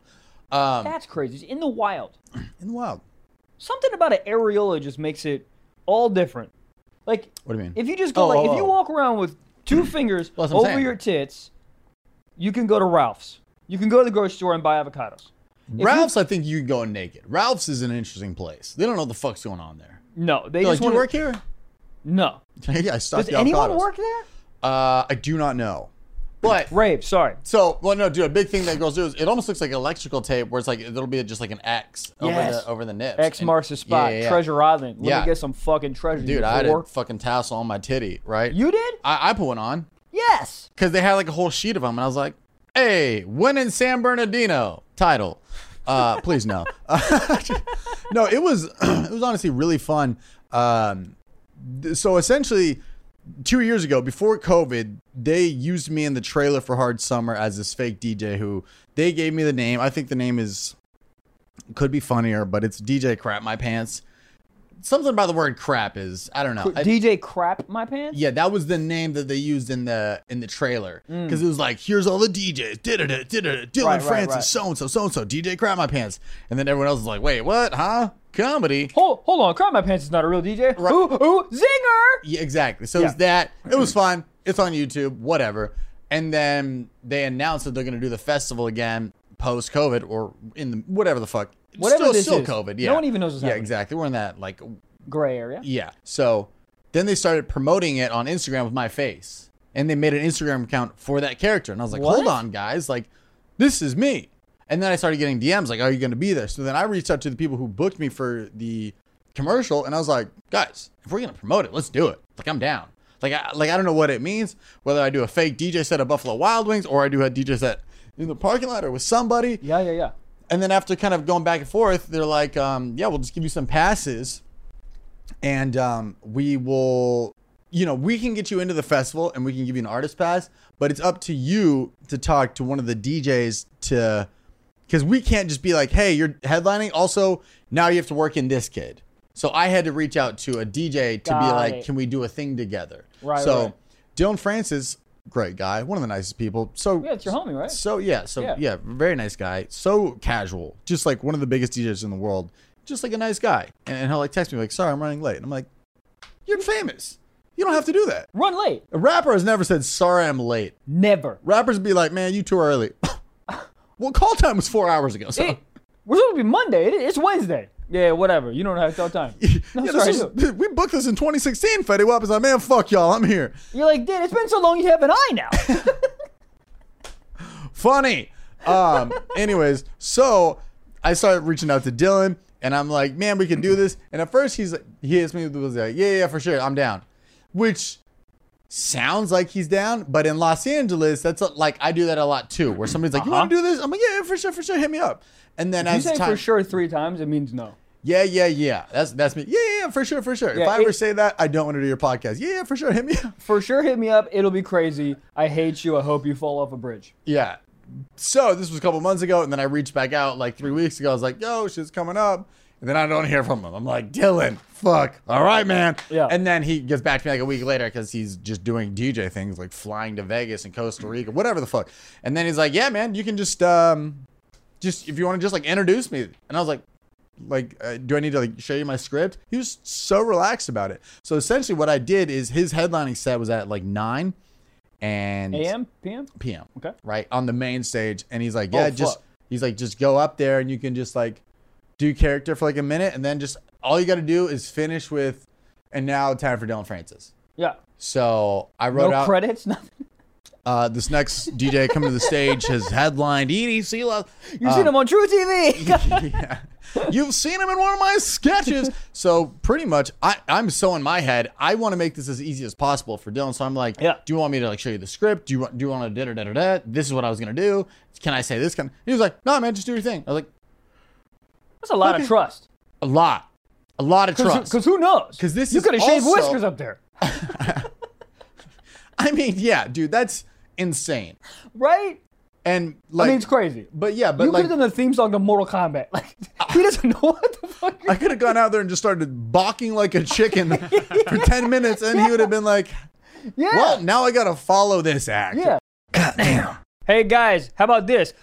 C: Um,
B: that's crazy. It's in the wild.
C: in the wild.
B: something about an areola just makes it all different. Like
C: What do you mean?
B: if you just go
C: Oh,
B: like
C: oh,
B: if you
C: oh.
B: walk around with two fingers
C: Well, that's what
B: over
C: I'm saying.
B: your tits, you can go to Ralph's. You can go to the grocery store and buy avocados. If you-
C: Ralph's, I think you can go in naked. Ralph's is an interesting place. They don't know what the fuck's going on there.
B: No,
C: They're
B: they just
C: like, do you
B: want
C: work here?
B: No,
C: yeah, I stopped
B: does anyone
C: avocados.
B: work there?
C: Uh, I do not know. But
B: Rave, sorry.
C: So, well, no, dude. A big thing that girls do is it almost looks like electrical tape, where it's like it'll be just like an X over
B: Yes.
C: the over the nips.
B: X
C: And-
B: marks the
C: Yeah,
B: spot.
C: yeah, yeah.
B: Treasure Island. Let
C: Yeah.
B: me get some fucking treasure.
C: Dude,
B: you
C: I had a
B: whore.
C: fucking tassel on my titty, right?
B: You did?
C: I, I put one on
B: Yes.
C: because they had like a whole sheet of them, and I was like, "Hey, when in San Bernardino?" Title. Uh, please no. no, it was it was honestly really fun. Um, th- so essentially, two years ago, before COVID, they used me in the trailer for Hard Summer as this fake DJ who they gave me the name. I think the name is could be funnier, but it's DJ Crap My Pants. Something about the word crap is I don't know. I-
B: DJ crap my pants.
C: yeah, that was the name that they used in the in the trailer because it was like, here's all the DJs, did it, did it, Dylan
B: Mm. Right, right, right.
C: Francis, so and so, so and so, DJ Crap My Pants, and then everyone else is like, wait, what, huh? Comedy?
B: Hold, hold on, crap my pants is not a real DJ. Ooh, ooh, zinger.
C: Yeah, exactly. So it's that. It was fun. It's on YouTube. Whatever. And then they announced that they're going to do the festival again post COVID or in the whatever the fuck.
B: Whatever
C: still,
B: this
C: still
B: is.
C: COVID.
B: No
C: Yeah.
B: one even knows what's
C: Yeah,
B: happening.
C: exactly. We're in that like
B: Gray area.
C: Yeah. So then they started promoting it on Instagram with my face. And they made an Instagram account for that character. And I was like,
B: What?
C: hold on, guys. Like, this is me. And then I started getting DMs like, are you going to be there? So then I reached out to the people who booked me for the commercial. And I was like, guys, if we're going to promote it, let's do it. Like, I'm down. Like, I, like, I don't know what it means, whether I do a fake DJ set at Buffalo Wild Wings or I do a DJ set in the parking lot or with somebody.
B: Yeah, yeah, yeah.
C: And then after kind of going back and forth, they're like, um, yeah, we'll just give you some passes and um, we will, you know, we can get you into the festival and we can give you an artist pass, but it's up to you to talk to one of the DJs to, because we can't just be like, hey, you're headlining. Also, now you have to work in this kid. So I had to reach out to a DJ to
B: Got
C: be like,
B: it.
C: can we do a thing together?
B: Right,
C: So
B: right.
C: Dylan Francis great guy, one of the nicest people. So
B: Yeah, it's your homie, right?
C: so yeah, so
B: Yeah.
C: yeah. very nice guy. So casual, just like one of the biggest DJs in the world. Just like a nice guy, and, and he'll like text me like, "Sorry, I'm running late," and I'm like, "You're famous. You don't have to do that."
B: Run late.
C: A rapper has never said, "Sorry, I'm late."
B: Never.
C: Rappers be like, "Man, you too early." well, call time was four hours ago, so.
B: It, we're supposed to be Monday. It- it's Wednesday. Yeah, whatever. You don't have to tell time. No,
C: Yeah, this
B: sorry.
C: was-
B: you.
C: we booked this in 2016. Fetty Wap is like, man, fuck y'all. I'm here.
B: You're like, dude, it's been so long you have an eye now.
C: Funny. Um, anyways, so I started reaching out to Dylan and I'm like, man, we can do this. And at first he's like, he hits me with was like, yeah, yeah, for sure. I'm down. Which sounds like he's down, but in Los Angeles, that's a, like, I do that a lot too, where somebody's like, you want to do this? I'm like, yeah, yeah, for sure, for sure. Hit me up. And then
B: Uh-huh. you
C: as
B: say
C: time,
B: for sure three times, it means no.
C: yeah, yeah, yeah. That's, that's me. Yeah, yeah, yeah, for sure, for sure. if
B: Yeah,
C: I ever
B: it-
C: say that, I don't want to do your podcast. Yeah, yeah, for sure. Hit me up.
B: For sure, hit me up. It'll be crazy. I hate you. I hope you fall off a bridge.
C: Yeah. So this was a couple months ago, and then I reached back out like three weeks ago. I was like, "Yo, shit's coming up," and then I don't hear from him. I'm like, "Dylan, fuck, all right, man."
B: Yeah.
C: And then he gets back to me like a week later because he's just doing DJ things, like flying to Vegas and Costa Rica, whatever the fuck. And then he's like, "Yeah, man, you can just um, just if you want to just like introduce me." And I was like, like uh, do i need to like show you my script he was so relaxed about it so essentially what i did is his headlining set was at like 9 and
B: AM? PM?
C: p.m.
B: Okay.
C: Right on the main stage, and he's like, "Yeah,
B: Oh,
C: just
B: fuck.
C: he's like, just go up there and you can just like do character for like a minute, and then just all you got to do is finish with, and now time for Dylan Francis."
B: Yeah.
C: So I wrote
B: No
C: out
B: credits, nothing.
C: uh, this next DJ coming to the stage has headlined E EDC. Lo-
B: You've
C: Uh.
B: seen him on True TV.
C: yeah. You've seen him in one of my sketches. So pretty much, I, I'm so in my head. I want to make this as easy as possible for Dylan. So I'm like,
B: Yeah.
C: Do you want me to like show you the script? Do you want? Do you want to da da da da? da? This is what I was gonna do. Can I say this? Can he was like, No, man, just do your thing. I was like,
B: That's a lot of trust.
C: A lot, a lot of trust.
B: Because who knows?
C: 'Cause this
B: you
C: is
B: could have shaved
C: also-
B: whiskers up there,
C: I mean, yeah, dude, that's insane.
B: right?
C: And like,
B: I mean, it's crazy.
C: but yeah, but
B: you
C: like,
B: could have done the theme song to Mortal Kombat. Like he doesn't know what the fuck.
C: I
B: You're...
C: could have gone out there and just started balking like a chicken for ten minutes, and he would have been like,
B: Yeah.
C: "Well, now I gotta follow this act."
B: Yeah. Hey guys, how about this?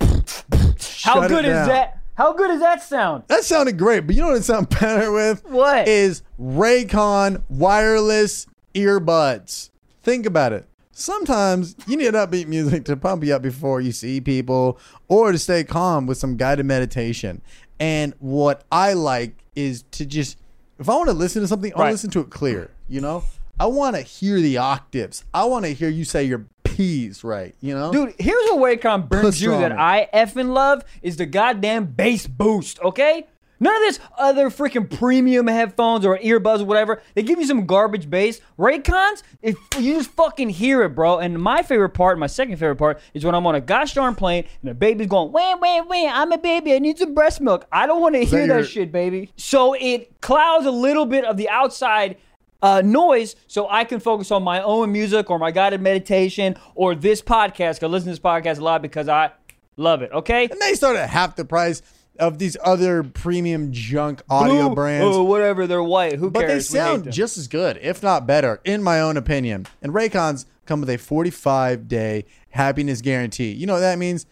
B: How
C: Shut it
B: good is
C: down.
B: that? How good does that sound?
C: That sounded great, but you know what it sounded better with?
B: What?
C: Is Raycon wireless earbuds. Think about it. Sometimes you need upbeat music to pump you up before you see people or to stay calm with some guided meditation. And what I like is to just, if I want to listen to something, I want
B: Right.
C: to listen to it clear, you know? I want to hear the octaves. I want to hear you say your P's right, you know?
B: Dude, here's a Wacom brings you that
C: Pastrami.
B: I effing love is the goddamn bass boost, okay? None of this other freaking premium headphones or earbuds or whatever. They give you some garbage bass. Raycons, if you just fucking hear it, bro. And my favorite part, my second favorite part, is when I'm on a gosh darn plane and the baby's going, wah, wah, wah, I'm a baby, I need some breast milk. I don't want to hear
C: your-
B: that shit, baby. So it clouds a little bit of the outside uh, noise so I can focus on my own music or my guided meditation or this podcast. I listen to this podcast a lot because I love it. Okay,
C: and they start at half the price of these other premium junk audio
B: Who-
C: brands.
B: or whatever they're white. Who
C: But they
B: cares? We hate
C: sound
B: them.
C: just as good, if not better, in my own opinion. And Raycons come with a 45 day happiness guarantee. You know what that means?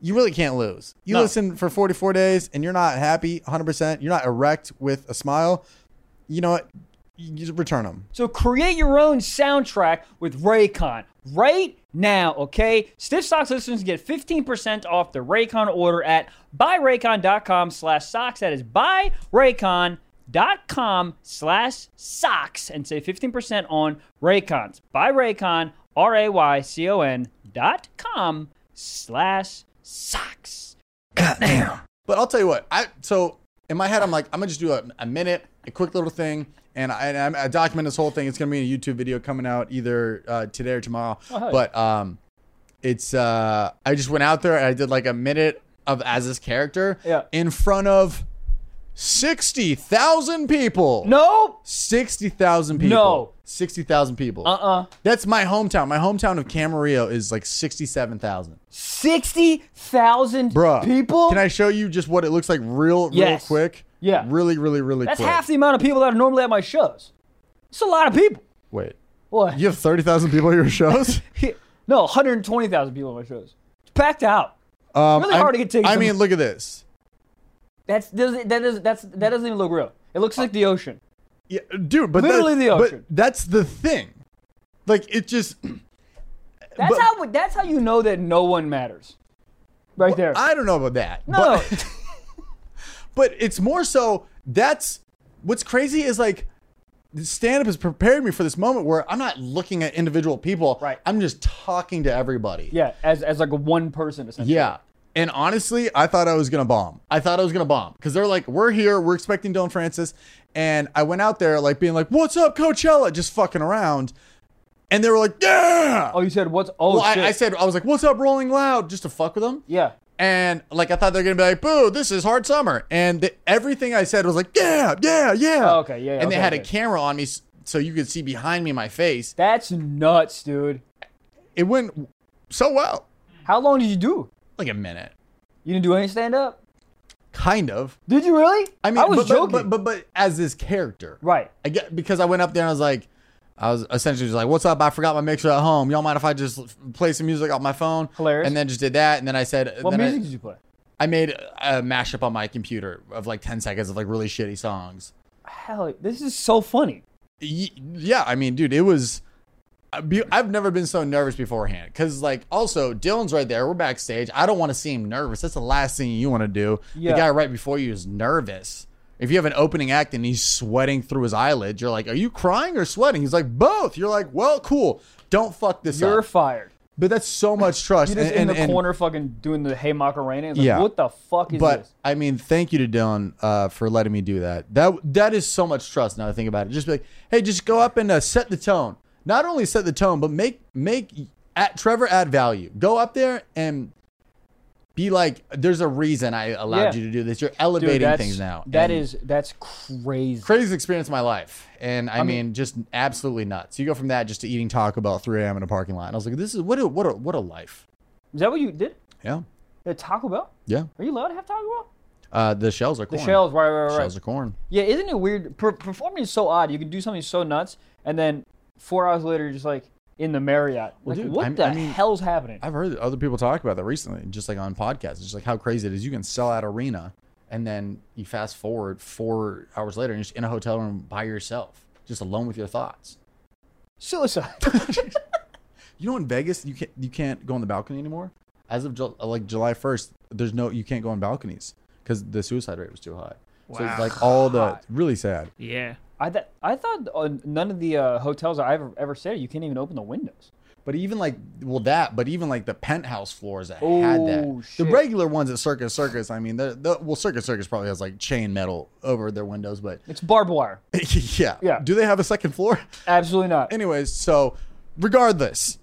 C: You really can't lose. You
B: No.
C: listen for 44 days and you're not happy 100%, you're not erect with a smile, you know what? You just return them.
B: So create your own soundtrack with Raycon right now, okay? Stiff Socks listeners get 15% off the Raycon order at buyraycon.com slash socks. That is buyraycon.com slash socks and say 15% on Raycons. Buy Raycon, R-A-Y-C-O-N dot com slash socks.
C: But I'll tell you what, I so in my head I'm like I'm gonna just do a, a minute, a quick little thing, and I, and I document this whole thing. It's gonna be a YouTube video coming out either uh, today or tomorrow.
B: Oh, hell yeah.
C: but um, it's uh, I just went out there and I did like a minute of as this character
B: Yeah.
C: in front of sixty thousand people.
B: Nope.
C: sixty thousand people.
B: No.
C: sixty thousand people.
B: Uh-uh.
C: That's my hometown. My hometown of Camarillo is like sixty-seven thousand.
B: 60,000
C: Bruh,
B: people?
C: Can I show you just what it looks like real,
B: Yes.
C: real quick?
B: Yeah.
C: Really, really, really
B: That's
C: quick.
B: half the amount of people that are normally at my shows. It's a lot of people.
C: Wait.
B: What?
C: You have thirty thousand people at your shows.
B: No, 120,000 people on my shows. It's packed out.
C: Um,
B: Really
C: I-
B: hard to get tickets
C: I
B: on-
C: mean, look at this.
B: That's doesn't- that doesn't that's that doesn't even look real. It looks like the ocean.
C: Yeah, dude, but that-
B: Literally the
C: but
B: ocean.
C: that's the thing. Like it just
B: That's
C: But-
B: how that's how you know that no one matters. Right there.
C: I don't know about that.
B: no,
C: But, but it's more so that's what's crazy is like stand up has prepared me for this moment where I'm not looking at individual people.
B: Right.
C: I'm just talking to everybody.
B: yeah, as as like a one person essentially.
C: Yeah. And honestly, I thought I was gonna bomb. I thought I was gonna bomb because they're like, we're here, we're expecting Dylan Francis, and I went out there like being like, "What's up, Coachella?" Just fucking around, and they were like, "Yeah."
B: Oh, you said what's oh
C: well, I,
B: shit.
C: I said, I was like, "What's up, Rolling Loud?" Just to fuck with them.
B: yeah.
C: And like, I thought they're gonna be like, "Boo, this is hard summer," and the, everything I said was like, "Yeah, yeah, yeah."
B: Oh, okay, yeah,
C: And they
B: okay,
C: had a
B: okay.
C: camera on me s- so you could see behind me my face.
B: That's nuts, dude.
C: It went so well,
B: How long did you do?
C: like a minute,
B: You didn't do any stand up?
C: kind of.
B: Did you really?
C: I mean,
B: I was
C: but, but-
B: joking.
C: But, but but as this character,
B: right.
C: I get because I went up there and I was like, I was essentially just like, "What's up? I forgot my mixer at home. Y'all mind if I just l- play some music off my phone?"
B: Hilarious.
C: And then just did that, and then I said,
B: What
C: then I-
B: music did you play?
C: I, made a mashup on my computer of like ten seconds of like really shitty songs.
B: Hell, this is so funny.
C: Y- yeah, I mean, dude, it was. I be- I've never been so nervous beforehand because, like, also Dylan's right there. We're backstage. I don't want to seem nervous. That's the last thing you want to do.
B: Yeah.
C: The guy right before you is nervous. If you have an opening act and he's sweating through his eyelid, you're like, "Are you crying or sweating?" He's like, "Both." You're like, "Well, cool. Don't fuck this
B: You're
C: up."
B: fired.
C: But that's so much trust.
B: You're just
C: And- and-
B: in the
C: and-
B: corner fucking doing the hey Macarena. It's like,
C: Yeah.
B: what the fuck is
C: But
B: this?
C: I mean, thank you to Dylan uh, for letting me do that. That that is so much trust. Now I think about it, just be like, hey, just go up and uh, set the tone. Not only set the tone, but make make at Trevor add value. Go up there and be like, there's a reason I allowed
B: Yeah.
C: you to do this. You're
B: Dude,
C: elevating
B: that's-
C: things now.
B: That
C: And
B: is that's crazy.
C: craziest experience of my life, and I, mean,
B: mean-
C: just absolutely nuts. You go from that just to eating Taco Bell at 3 a.m. in a parking lot. And I was like, this is what a what a what a life.
B: Is that what you did?
C: Yeah,
B: The Taco Bell?
C: yeah.
B: Are you allowed to have Taco Bell?
C: Uh, the shells are
B: The
C: corn.
B: shells, right, right, right.
C: shells are corn.
B: Yeah, isn't it weird? Per- performing is so odd. You can do something so nuts, and then four hours later, you're just like in the Marriott. Like,
C: dude,
B: what
C: I-
B: the
C: I mean-
B: hell's happening?
C: I've heard other people talk about that recently, just like on podcasts. It's just like how crazy it is. You can sell out arena, and then you fast forward four hours later, and you're just in a hotel room by yourself, just alone with your thoughts.
B: Suicide.
C: You know, in Vegas, you can't you can't go on the balcony anymore. As of Ju- like July first, there's no you can't go on balconies because the suicide rate was too high. So
E: Wow.
C: it's like all the really sad.
E: Yeah.
B: I th- I thought uh, none of the uh, hotels I ever ever stayed at, you can't even open the windows.
C: But even like well that, but even like the penthouse floors that had
B: Oh,
C: that.
B: shit.
C: The regular ones at Circus Circus, I mean, the, the well Circus Circus probably has like chain metal over their windows, but
B: It's barbed wire.
C: yeah.
B: Yeah.
C: Do they have a second floor?
B: Absolutely not.
C: Anyways, so regardless,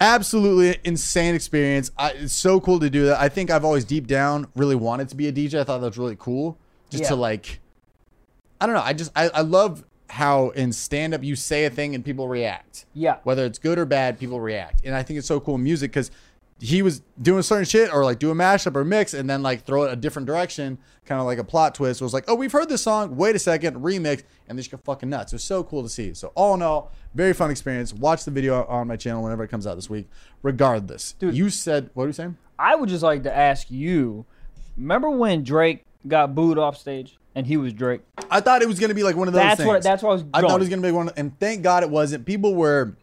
C: absolutely insane experience. I, it's so cool to do that. I think I've always deep down really wanted to be a DJ. I thought that was really cool. Just to
B: Yeah.
C: like, I don't know. I just, I, I love how in stand up you say a thing and people react.
B: Yeah.
C: Whether it's good or bad, people react. And I think it's so cool in music because he was doing certain shit or like do a mashup or mix and then like throw it a different direction, kind of like a plot twist. It was like, oh, we've heard this song. Wait a second, remix, and they just go fucking nuts. It was so cool to see. So all in all, very fun experience. Watch the video on my channel whenever it comes out this week. Regardless,
B: Dude.
C: you said what are you saying?
B: I would just like to ask you. Remember when Drake got booed off stage and he was Drake?
C: I thought it was gonna be like one of those.
B: That's
C: things.
B: what- that's what I was
C: I thought it
B: going.
C: was gonna be one, and thank God it wasn't. People were.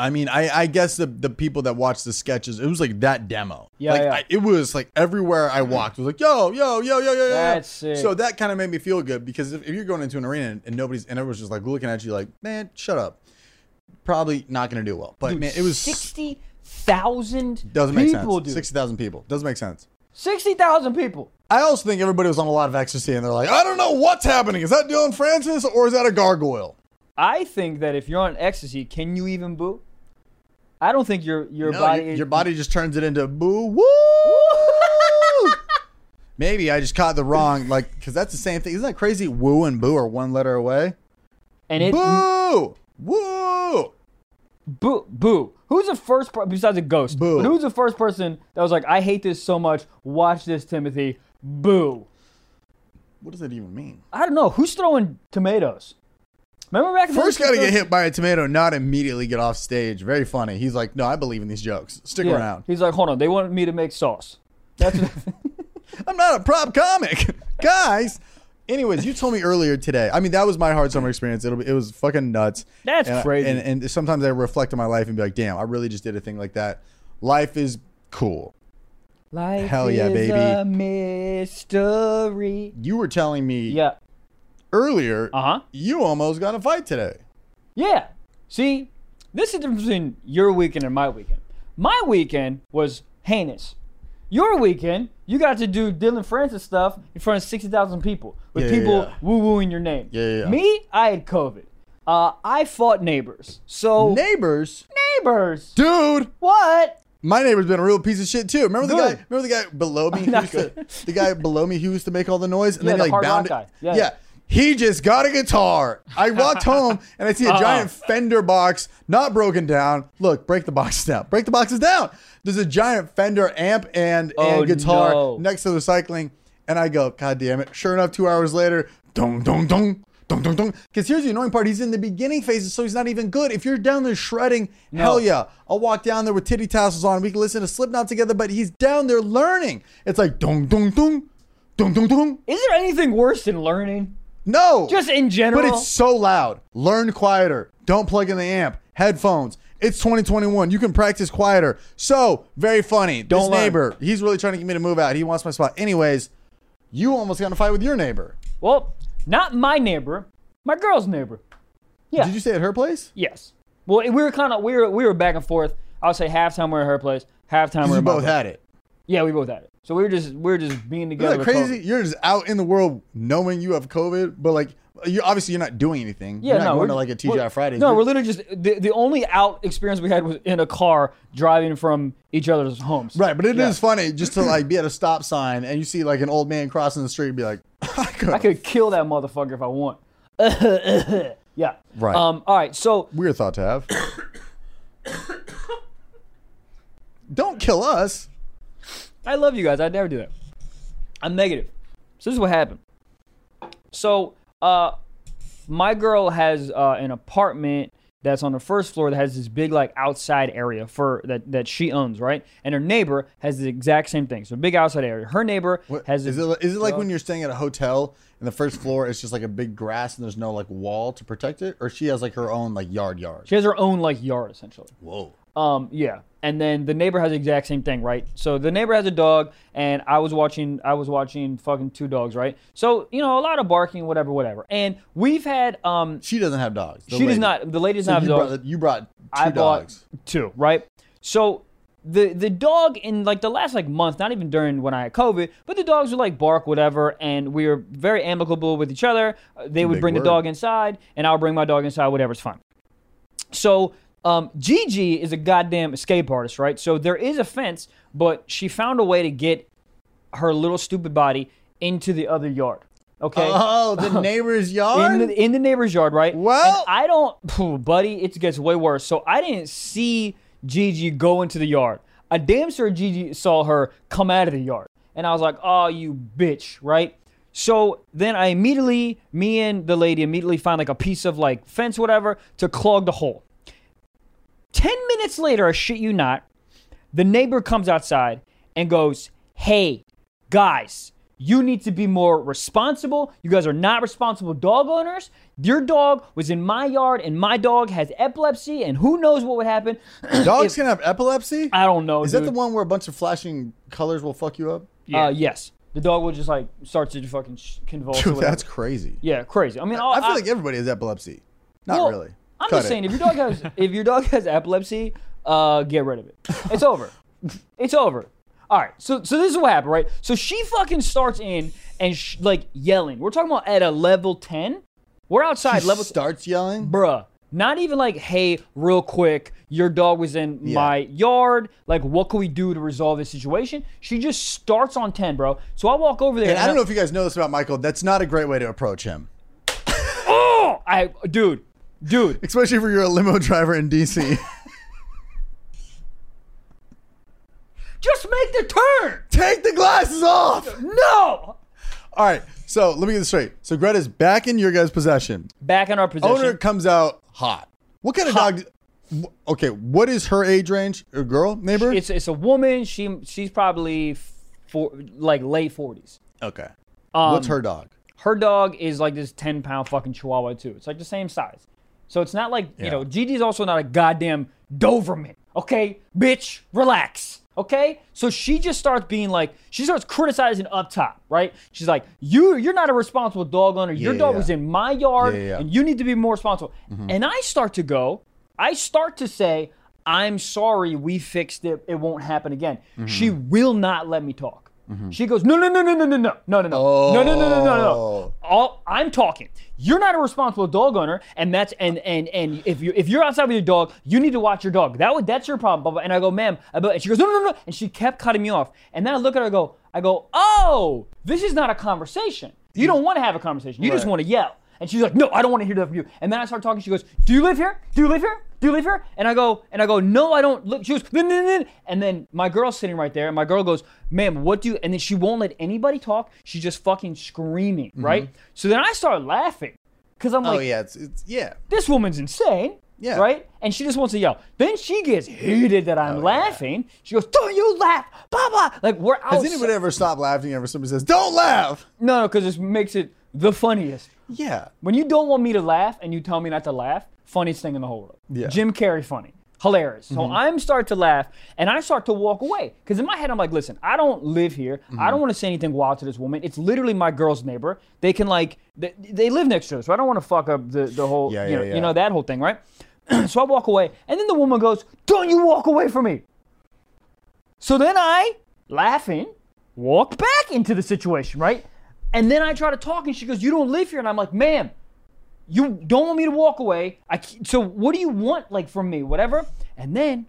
C: I mean, I, I guess the, the people that watched the sketches, it was like that demo.
B: Yeah,
C: like,
B: yeah.
C: I, it was like everywhere I walked, it was like yo, yo, yo, yo, yo, yo.
B: That's
C: yo.
B: sick.
C: So that kind of made me feel good because if, if you're going into an arena and, and nobody's and everyone's just like looking at you, like man, shut up. Probably not gonna do well, but man, it was
B: sixty thousand
C: doesn't make
B: people,
C: sense.
B: dude.
C: Sixty thousand people doesn't make sense.
B: Sixty thousand people.
C: I also think everybody was on a lot of ecstasy and they're like, I don't know what's happening. Is that Dylan Francis or is that a gargoyle?
B: I think that if you're on ecstasy, can you even boo? I don't think your your
C: No,
B: body
C: your,
B: is,
C: your body just turns it into boo woo. Maybe I just caught the wrong like because that's the same thing. Isn't that crazy? Woo and boo are one letter away.
B: and it
C: Boo, woo.
B: boo boo. Who's the first per- besides a ghost?
C: Boo.
B: But who's the first person that was like, I hate this so much. Watch this, Timothy. Boo.
C: What does that even mean?
B: I don't know who's throwing tomatoes. Remember back in the
C: First, got to get hit by a tomato, not immediately get off stage. Very funny. He's like, no, I believe in these jokes. Stick
B: Yeah.
C: around.
B: He's like, hold on, they wanted me to make sauce. That's what,
C: I'm not a prop comic, guys. Anyways, you told me earlier today. I mean, that was my hard summer experience. It'll be, it was fucking nuts.
B: That's
C: And I-
B: crazy.
C: and and sometimes I reflect on my life and be like, damn, I really just did a thing like that. Life is cool.
B: life
C: Hell yeah,
B: is
C: baby.
B: a mystery.
C: You were telling me
B: Yeah.
C: earlier
B: Uh huh.
C: you almost got in a fight today.
B: Yeah. See, this is the difference between your weekend and my weekend. My weekend was heinous. Your weekend, you got to do Dylan Francis stuff in front of 60,000 people with
C: Yeah, yeah,
B: people
C: yeah.
B: woo wooing your name.
C: Yeah, yeah, yeah.
B: Me, I had COVID. Uh, I fought neighbors. So,
C: Neighbors,
B: neighbors.
C: dude.
B: What?
C: My neighbor's been a real piece of shit too. Remember the
B: Good.
C: guy? Remember the guy below me? Who used to, the guy below me who used to make all the noise and
B: Yeah,
C: then he
B: the
C: like
B: hard
C: bound
B: rock guy.
C: it.
B: Yeah,
C: Yeah,
B: yeah.
C: he just got a guitar. I walked home and I see a giant
B: Uh-huh.
C: fender box, not broken down. Look, break the boxes down. Break the boxes down. There's a giant fender amp and
B: Oh,
C: and guitar
B: no.
C: next to the recycling, and I go, God damn it! Sure enough, two hours later, dong dong dong. Dong, dong, dong. Because here's the annoying part. He's in the beginning phases, so he's not even good. If you're down there shredding, hell yeah. I'll walk down there with titty tassels on. We can listen to Slipknot together, but he's down there learning. It's like dong, dong, dong, dong, dong, dong.
B: Is there anything worse than learning?
C: No.
B: Just in general.
C: But it's so loud. Learn quieter. Don't plug in the amp. Headphones. It's 2021. You can practice quieter. So very funny.
B: Don't
C: this
B: learn.
C: neighbor, he's really trying to get me to move out. He wants my spot. Anyways, you almost got in a fight with your neighbor.
B: Well, not my neighbor, my girl's neighbor. Yeah.
C: Did you stay at her place?
B: Yes. Well, we were kind of we were we were back and forth. I would say halftime we're at her place, halftime
C: You
B: we're at my
C: both
B: place.
C: had it.
B: Yeah, we both had it. So we were just we were just being together.
C: Isn't that
B: with
C: crazy?
B: COVID.
C: You're just out in the world knowing you have COVID, but like you obviously you're not doing anything.
B: Yeah,
C: you're not
B: no,
C: going
B: we're-
C: to like a
B: we're-
C: TGI Fridays.
B: No,
C: You're-
B: we're literally just the, the only out experience we had was in a car driving from each other's homes.
C: right. But it is funny just to like be at a stop sign and you see like an old man crossing the street and be like, I could.
B: I could kill that motherfucker if I want. yeah.
C: Right.
B: Um. All right. So
C: Weird thought to have. Don't kill us.
B: I love you guys. I'd never do that. I'm negative. So this is what happened. So uh my girl has uh an apartment that's on the first floor that has this big like outside area for that that she owns, right? And her neighbor has the exact same thing. So big outside area. Her neighbor has
C: Is
B: a-
C: it, is it like when you're staying at a hotel and the first floor is just like a big grass and there's no like wall to protect it? Or she has like her own like yard yard?
B: she has her own like yard essentially.
C: Whoa.
B: Um, yeah. And then the neighbor has the exact same thing, right? So the neighbor has a dog, and I was watching, I was watching fucking two dogs, right? So you know, a lot of barking, whatever, whatever. And we've had, um,
C: She doesn't have dogs. the
B: she does
C: lady.
B: not, the lady does
C: So
B: not have
C: you,
B: dogs.
C: brought, you brought two
B: I
C: dogs.
B: bought two, right? So the the dog in like the last like month, not even during when I had COVID, but the dogs would like bark whatever, and we were very amicable with each other. Uh, They would
C: Big
B: bring
C: word.
B: the dog inside, and I'll bring my dog inside, whatever's fine. So um, Gigi is a goddamn escape artist, right? So there is a fence, but she found a way to get her little stupid body into the other yard. Okay
C: Oh, the neighbor's
B: in
C: yard?
B: the, in the neighbor's yard, right?
C: Well-
B: And I don't, phew, buddy. It gets way worse. So I didn't see Gigi go into the yard. I damn sure Gigi saw her come out of the yard, and I was like, "Oh, you bitch!" Right? So then I immediately, me and the lady immediately find like a piece of like fence, whatever, to clog the hole. Ten minutes later, I shit you not, the neighbor comes outside and goes, Hey, guys, you need to be more responsible. You guys are not responsible dog owners. Your dog was in my yard, and my dog has epilepsy, and who knows what would happen.
C: dogs can have epilepsy?
B: I don't know.
C: Is
B: dude.
C: that the one where a bunch of flashing colors will fuck you up?
B: Uh, yes. The dog will just like start to fucking sh- convulse. or
C: Dude,
B: whatever.
C: that's crazy.
B: yeah, crazy. I mean, all,
C: I feel
B: I-
C: like everybody has epilepsy. Not
B: Well,
C: really.
B: I'm
C: Cut
B: just
C: it.
B: saying, if your dog has if your dog has epilepsy, uh, get rid of it. It's over. it's over. All right. So so this is what happened, right? So she fucking starts in and sh- like yelling. We're talking about at a level ten. We're outside level.
C: starts yelling.
B: bruh. Not even like, hey, real quick, your dog was in my yard. Like, what can we do to resolve this situation? She just starts on ten, bro. So I walk over there.
C: And I don't know if you guys know this about Michael. That's not a great way to approach him,
B: Oh, I dude, dude.
C: especially if you're a limo driver in DC.
B: Just make the turn.
C: Take the glasses off.
B: No.
C: All right. So let me get this straight. So Greta's back in your guys' possession.
B: Back in our position.
C: Owner comes out hot. What kind of
B: Hot.
C: dog? wh- Okay, what is her age range? A girl neighbor?
B: It's it's a woman. She she's probably for like late forties.
C: okay.
B: Um,
C: What's her dog?
B: her dog is like this 10 pound fucking chihuahua too it's like the same size so it's not like you know gigi's also not a goddamn doverman okay bitch relax okay so she just starts being like she starts criticizing up top right she's like you you're not a responsible dog owner your
C: Yeah,
B: dog
C: yeah.
B: was in my yard
C: Yeah, Mm-hmm. yeah, yeah.
B: and you need to be more responsible and i start to go i start to say i'm sorry we fixed it it won't happen again
C: Mm-hmm.
B: she will not let me talk she goes no no no no no no no no no no no no no no no no. All I'm talking. You're not a responsible dog owner, and that's and and and if you if you're outside with your dog, you need to watch your dog. That would that's your problem. Blah, blah. And I go, ma'am, I bu-" and she goes, no no no, no. and she kept cutting me off. And then I look at her, I go, I go, oh, this is not a conversation. You don't want to have a conversation. You just want to yell. And she's like, no, I don't want to hear that from you. And then I start talking. She goes, do you live here? Do you live here? Do you live here? And I go, and I go, no, I don't. Look, she goes, "Then, then, then." and then my girl's sitting right there, and my girl goes, ma'am, what do you? And then she won't let anybody talk. She's just fucking screaming, right? So then I start laughing because I'm like,
C: Mm-hmm. oh yeah, it's, it's yeah.
B: this woman's insane.
C: Yeah.
B: Right? And she just wants to yell. Then she gets heated that
C: Oh,
B: I'm laughing. She goes, Don't you laugh, blah blah. Like we're out.
C: Has anybody ever stopped laughing ever somebody says, "Don't laugh"?
B: No, no, because it makes it the funniest.
C: Yeah.
B: When you don't want me to laugh and you tell me not to laugh, funniest thing in the whole world.
C: Yeah. Mm-hmm.
B: Jim Carrey funny. Hilarious. So I'm start to laugh and I start to walk away. Because in my head, I'm like, listen, I don't live here.
C: Mm-hmm.
B: I don't want to say anything wild to this woman. It's literally my girl's neighbor. They can like they, they live next to us, so I don't want to fuck up the, the whole
C: Yeah,
B: you,
C: yeah,
B: know,
C: yeah.
B: you know, that whole thing, right? so I walk away, and then the woman goes, Don't you walk away from me. So then I, laughing, walk back into the situation, right? And then I try to talk, and she goes, "You don't live here." And I'm like, "Ma'am, you don't want me to walk away. I c- so what do you want like from me, whatever?" And then,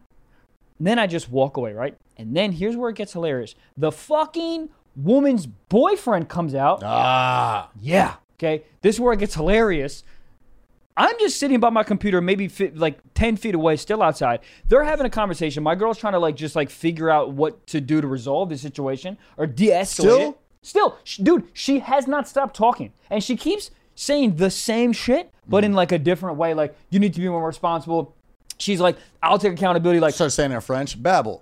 B: and then I just walk away, right? And then here's where it gets hilarious: the fucking woman's boyfriend comes out.
C: Ah.
B: Yeah. Okay. This is where it gets hilarious. I'm just sitting by my computer, maybe fi- like 10 feet away, still outside. They're having a conversation. My girl's trying to like just like figure out what to do to resolve the situation or de escalate.
C: Still?
B: Still, still sh- dude, she has not stopped talking. And she keeps saying the same shit, but in like a different way. Like, you need to be more responsible. She's like, I'll take accountability. Like,
C: Start saying it in French. Babble.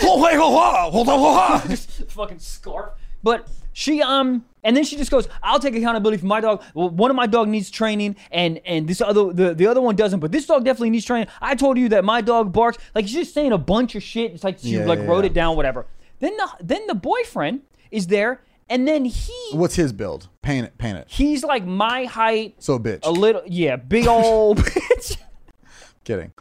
C: Ho, hey, ho, ha, ho, da, ho, ha.
B: fucking scarf. But she um and then she just goes, I'll take accountability for my dog. Well, one of my dog needs training and and this other the, the other one doesn't, but this dog definitely needs training. I told you that my dog barks. Like she's just saying a bunch of shit. It's like she
C: Yeah,
B: like
C: yeah,
B: wrote
C: yeah.
B: it down, whatever. Then the then the boyfriend is there and then he
C: What's his build? Paint it. Paint it.
B: he's like my height,
C: So bitch.
B: a little yeah, big old bitch.
C: Kidding.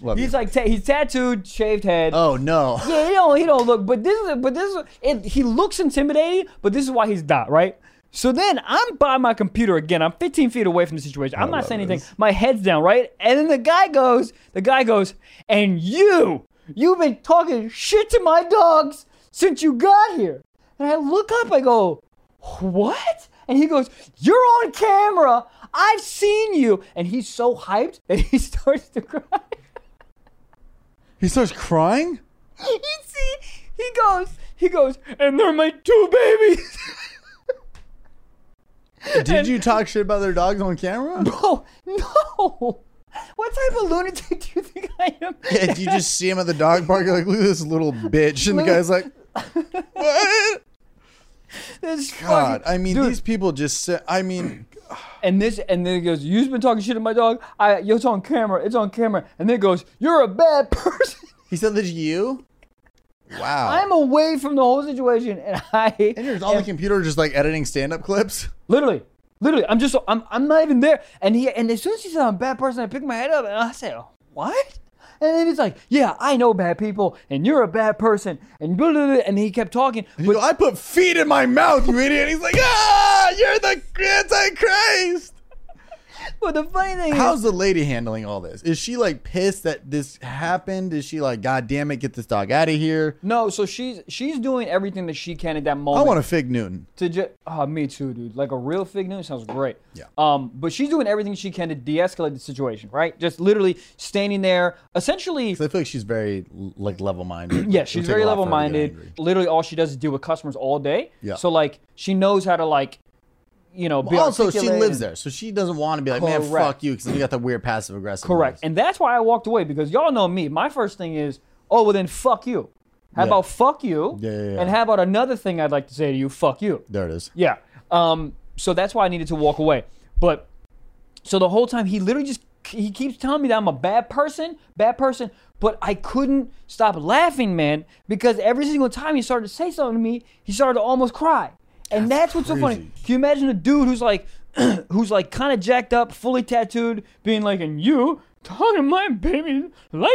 C: Love
B: He's
C: you.
B: like ta- he's tattooed, shaved head.
C: oh no.
B: Yeah, he don't he don't look. But this is but this is it, he looks intimidating. But this is why he's not right. So then I'm by my computer again. I'm 15 feet away from the situation. I'm not saying anything. My head's down, right? And then the guy goes, the guy goes, and you, you've been talking shit to my dogs since you got here. And I look up, I go, what? And he goes, You're on camera. I've seen you. And he's so hyped that he starts to cry.
C: He starts crying.
B: you see, he goes, he goes, and they're my two babies.
C: Did you talk shit about their dogs on camera?
B: oh no! What type of lunatic do you think I am?
C: And you just see him at the dog park, you're like, look at this little bitch. And the guy's like, what?
B: This fucking-
C: God, I mean,
B: Dude.
C: these people just say, I mean,
B: and this, and then he goes, "You've been talking shit to my dog. I, yo, it's on camera. It's on camera." And then he goes, "You're a bad person."
C: he said this to you? Wow.
B: I'm away from the whole situation, and I
C: and you're on the computer just like editing stand up clips?
B: Literally, literally, I'm just I'm I'm not even there. And he and as soon as he said I'm a bad person, I picked my head up and I said, What? And then he's like, Yeah, I know bad people, and you're a bad person, and blah, blah, blah, and he kept talking.
C: You go, I put feet in my mouth, you idiot. He's like, ah, you're the Antichrist.
B: But the funny thing is,
C: How's the lady handling all this? Is she like pissed that this happened? Is she like, God damn it, get this dog out of here?
B: no. So she's she's doing everything that she can at that
C: I
B: moment.
C: want a fig Newton.
B: to just oh, me too, dude. Like a real fig Newton sounds great.
C: Yeah.
B: Um, but she's doing everything she can to de-escalate the situation, right? Just literally standing there, essentially.
C: I feel like she's very like level minded.
B: Yeah, she's very level minded. Literally, all she does is deal with customers all day.
C: Yeah.
B: So like, she knows how to like, you know, be
C: Also, she
B: articulate
C: lives
B: and-
C: there, so she doesn't want to be like, man,
B: Correct.
C: fuck you, because you got the weird passive aggressive.
B: Correct. And that's why I walked away because y'all know me. My first thing is, oh, well, then fuck you. How about fuck you?
C: Yeah, yeah, yeah.
B: And how about another thing I'd like to say to you? Fuck you.
C: There it is.
B: Yeah. Um, so that's why I needed to walk away. But so the whole time he literally just he keeps telling me that I'm a bad person, bad person, but I couldn't stop laughing, man, because every single time he started to say something to me, he started to almost cry. And that's, what's so funny.
C: crazy.
B: Can you imagine a dude who's like who's like kind of jacked up, fully tattooed, being like, and you talking to my baby like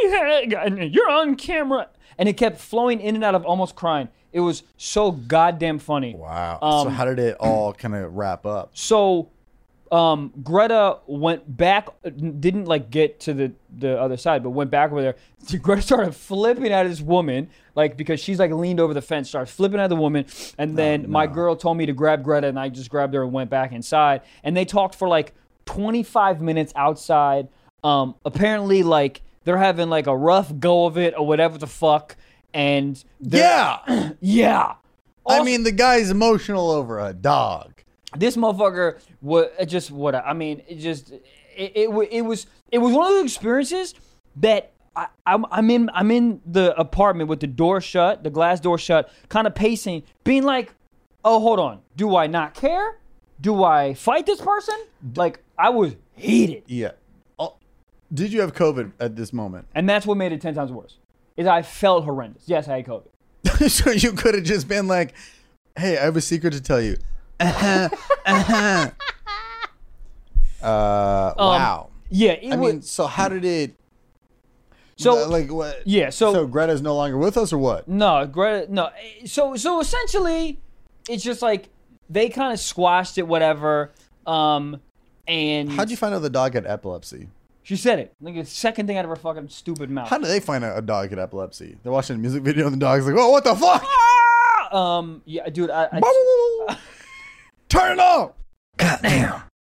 B: that and you're on camera. And it kept flowing in and out of almost crying. It was so goddamn funny.
C: Wow. so
B: Um,
C: how did it all kind of wrap up?
B: So, um, Greta went back, didn't like get to the the other side, but went back over there. Greta started flipping at this woman, like because she's like leaned over the fence, started flipping at the woman, and then my girl told me to grab Greta, and I just grabbed her and went back inside, and they talked for like 25 minutes outside. Um, apparently, like they're having like a rough go of it or whatever the fuck, and they're-
C: Yeah.
B: yeah.
C: I mean, the guy's emotional over a dog.
B: this motherfucker was just what I mean. It just it, it wa- it was it was one of those experiences that I, I'm I'm in I'm in the apartment with the door shut, the glass door shut, kind of pacing, being like, oh hold on, do I not care? Do I fight this person? Like I was heated,
C: Yeah. Oh, did you have COVID at this moment?
B: and that's what made it ten times worse. Is I felt horrendous. Yes, I had COVID.
C: so you could have just been like, "Hey, I have a secret to tell you." Uh-huh, uh-huh. Uh,
B: Um,
C: wow.
B: Yeah, it
C: I
B: was.
C: mean, so how did it? uh,
B: so
C: like what?
B: yeah, so-
C: so Greta's no longer with us, or what?
B: No, Greta. No. eh, So so essentially, it's just like they kind of squashed it, whatever. Um, and
C: How'd you find out the dog had epilepsy?
B: she said it like the second thing out of her fucking stupid mouth.
C: How do they find out a dog had epilepsy? They're watching a music video and the dog's like, "Oh, what the fuck!
B: um, yeah, dude. I, I,
C: Turn it off!"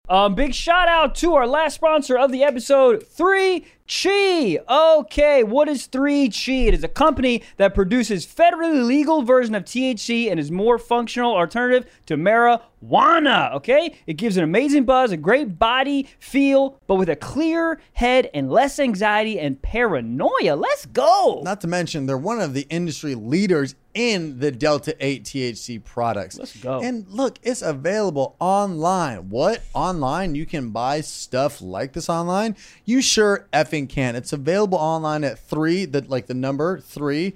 B: Um, big shout out to our last sponsor of the episode, 3Chi. Okay, what is 3Chi? It is a company that produces federally legal version of THC and is more functional alternative to marijuana, okay? It gives an amazing buzz, a great body feel, but with a clear head and less anxiety and paranoia. Let's go.
C: Not to mention, they're one of the industry leaders in the Delta 8 THC products. Let's
B: go.
C: And look, it's available online. What? Online? You can buy stuff like this online? You sure effing can. It's available online at three, the, like the number three.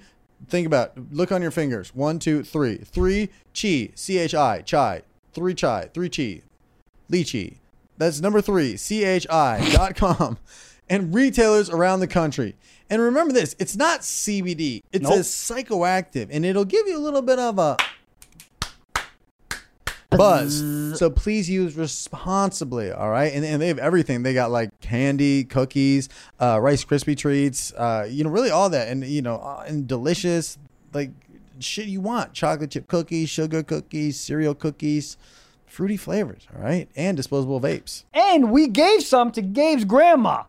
C: Think about Look on your fingers. One, two, three. Three chi, C H I, chai. Three chai, three chi, lychee. That's number three, chi.com, and retailers around the country. And remember this it's not CBD, it's a psychoactive, and it'll give you a little bit of a buzz. So please use responsibly, all right? And, and they have everything. They got like candy, cookies, uh, Rice Krispie treats, uh, you know, really all that. And, you know, uh, and delicious, like shit you want chocolate chip cookies, sugar cookies, cereal cookies fruity flavors, all right? And disposable vapes.
B: And we gave some to Gabe's grandma.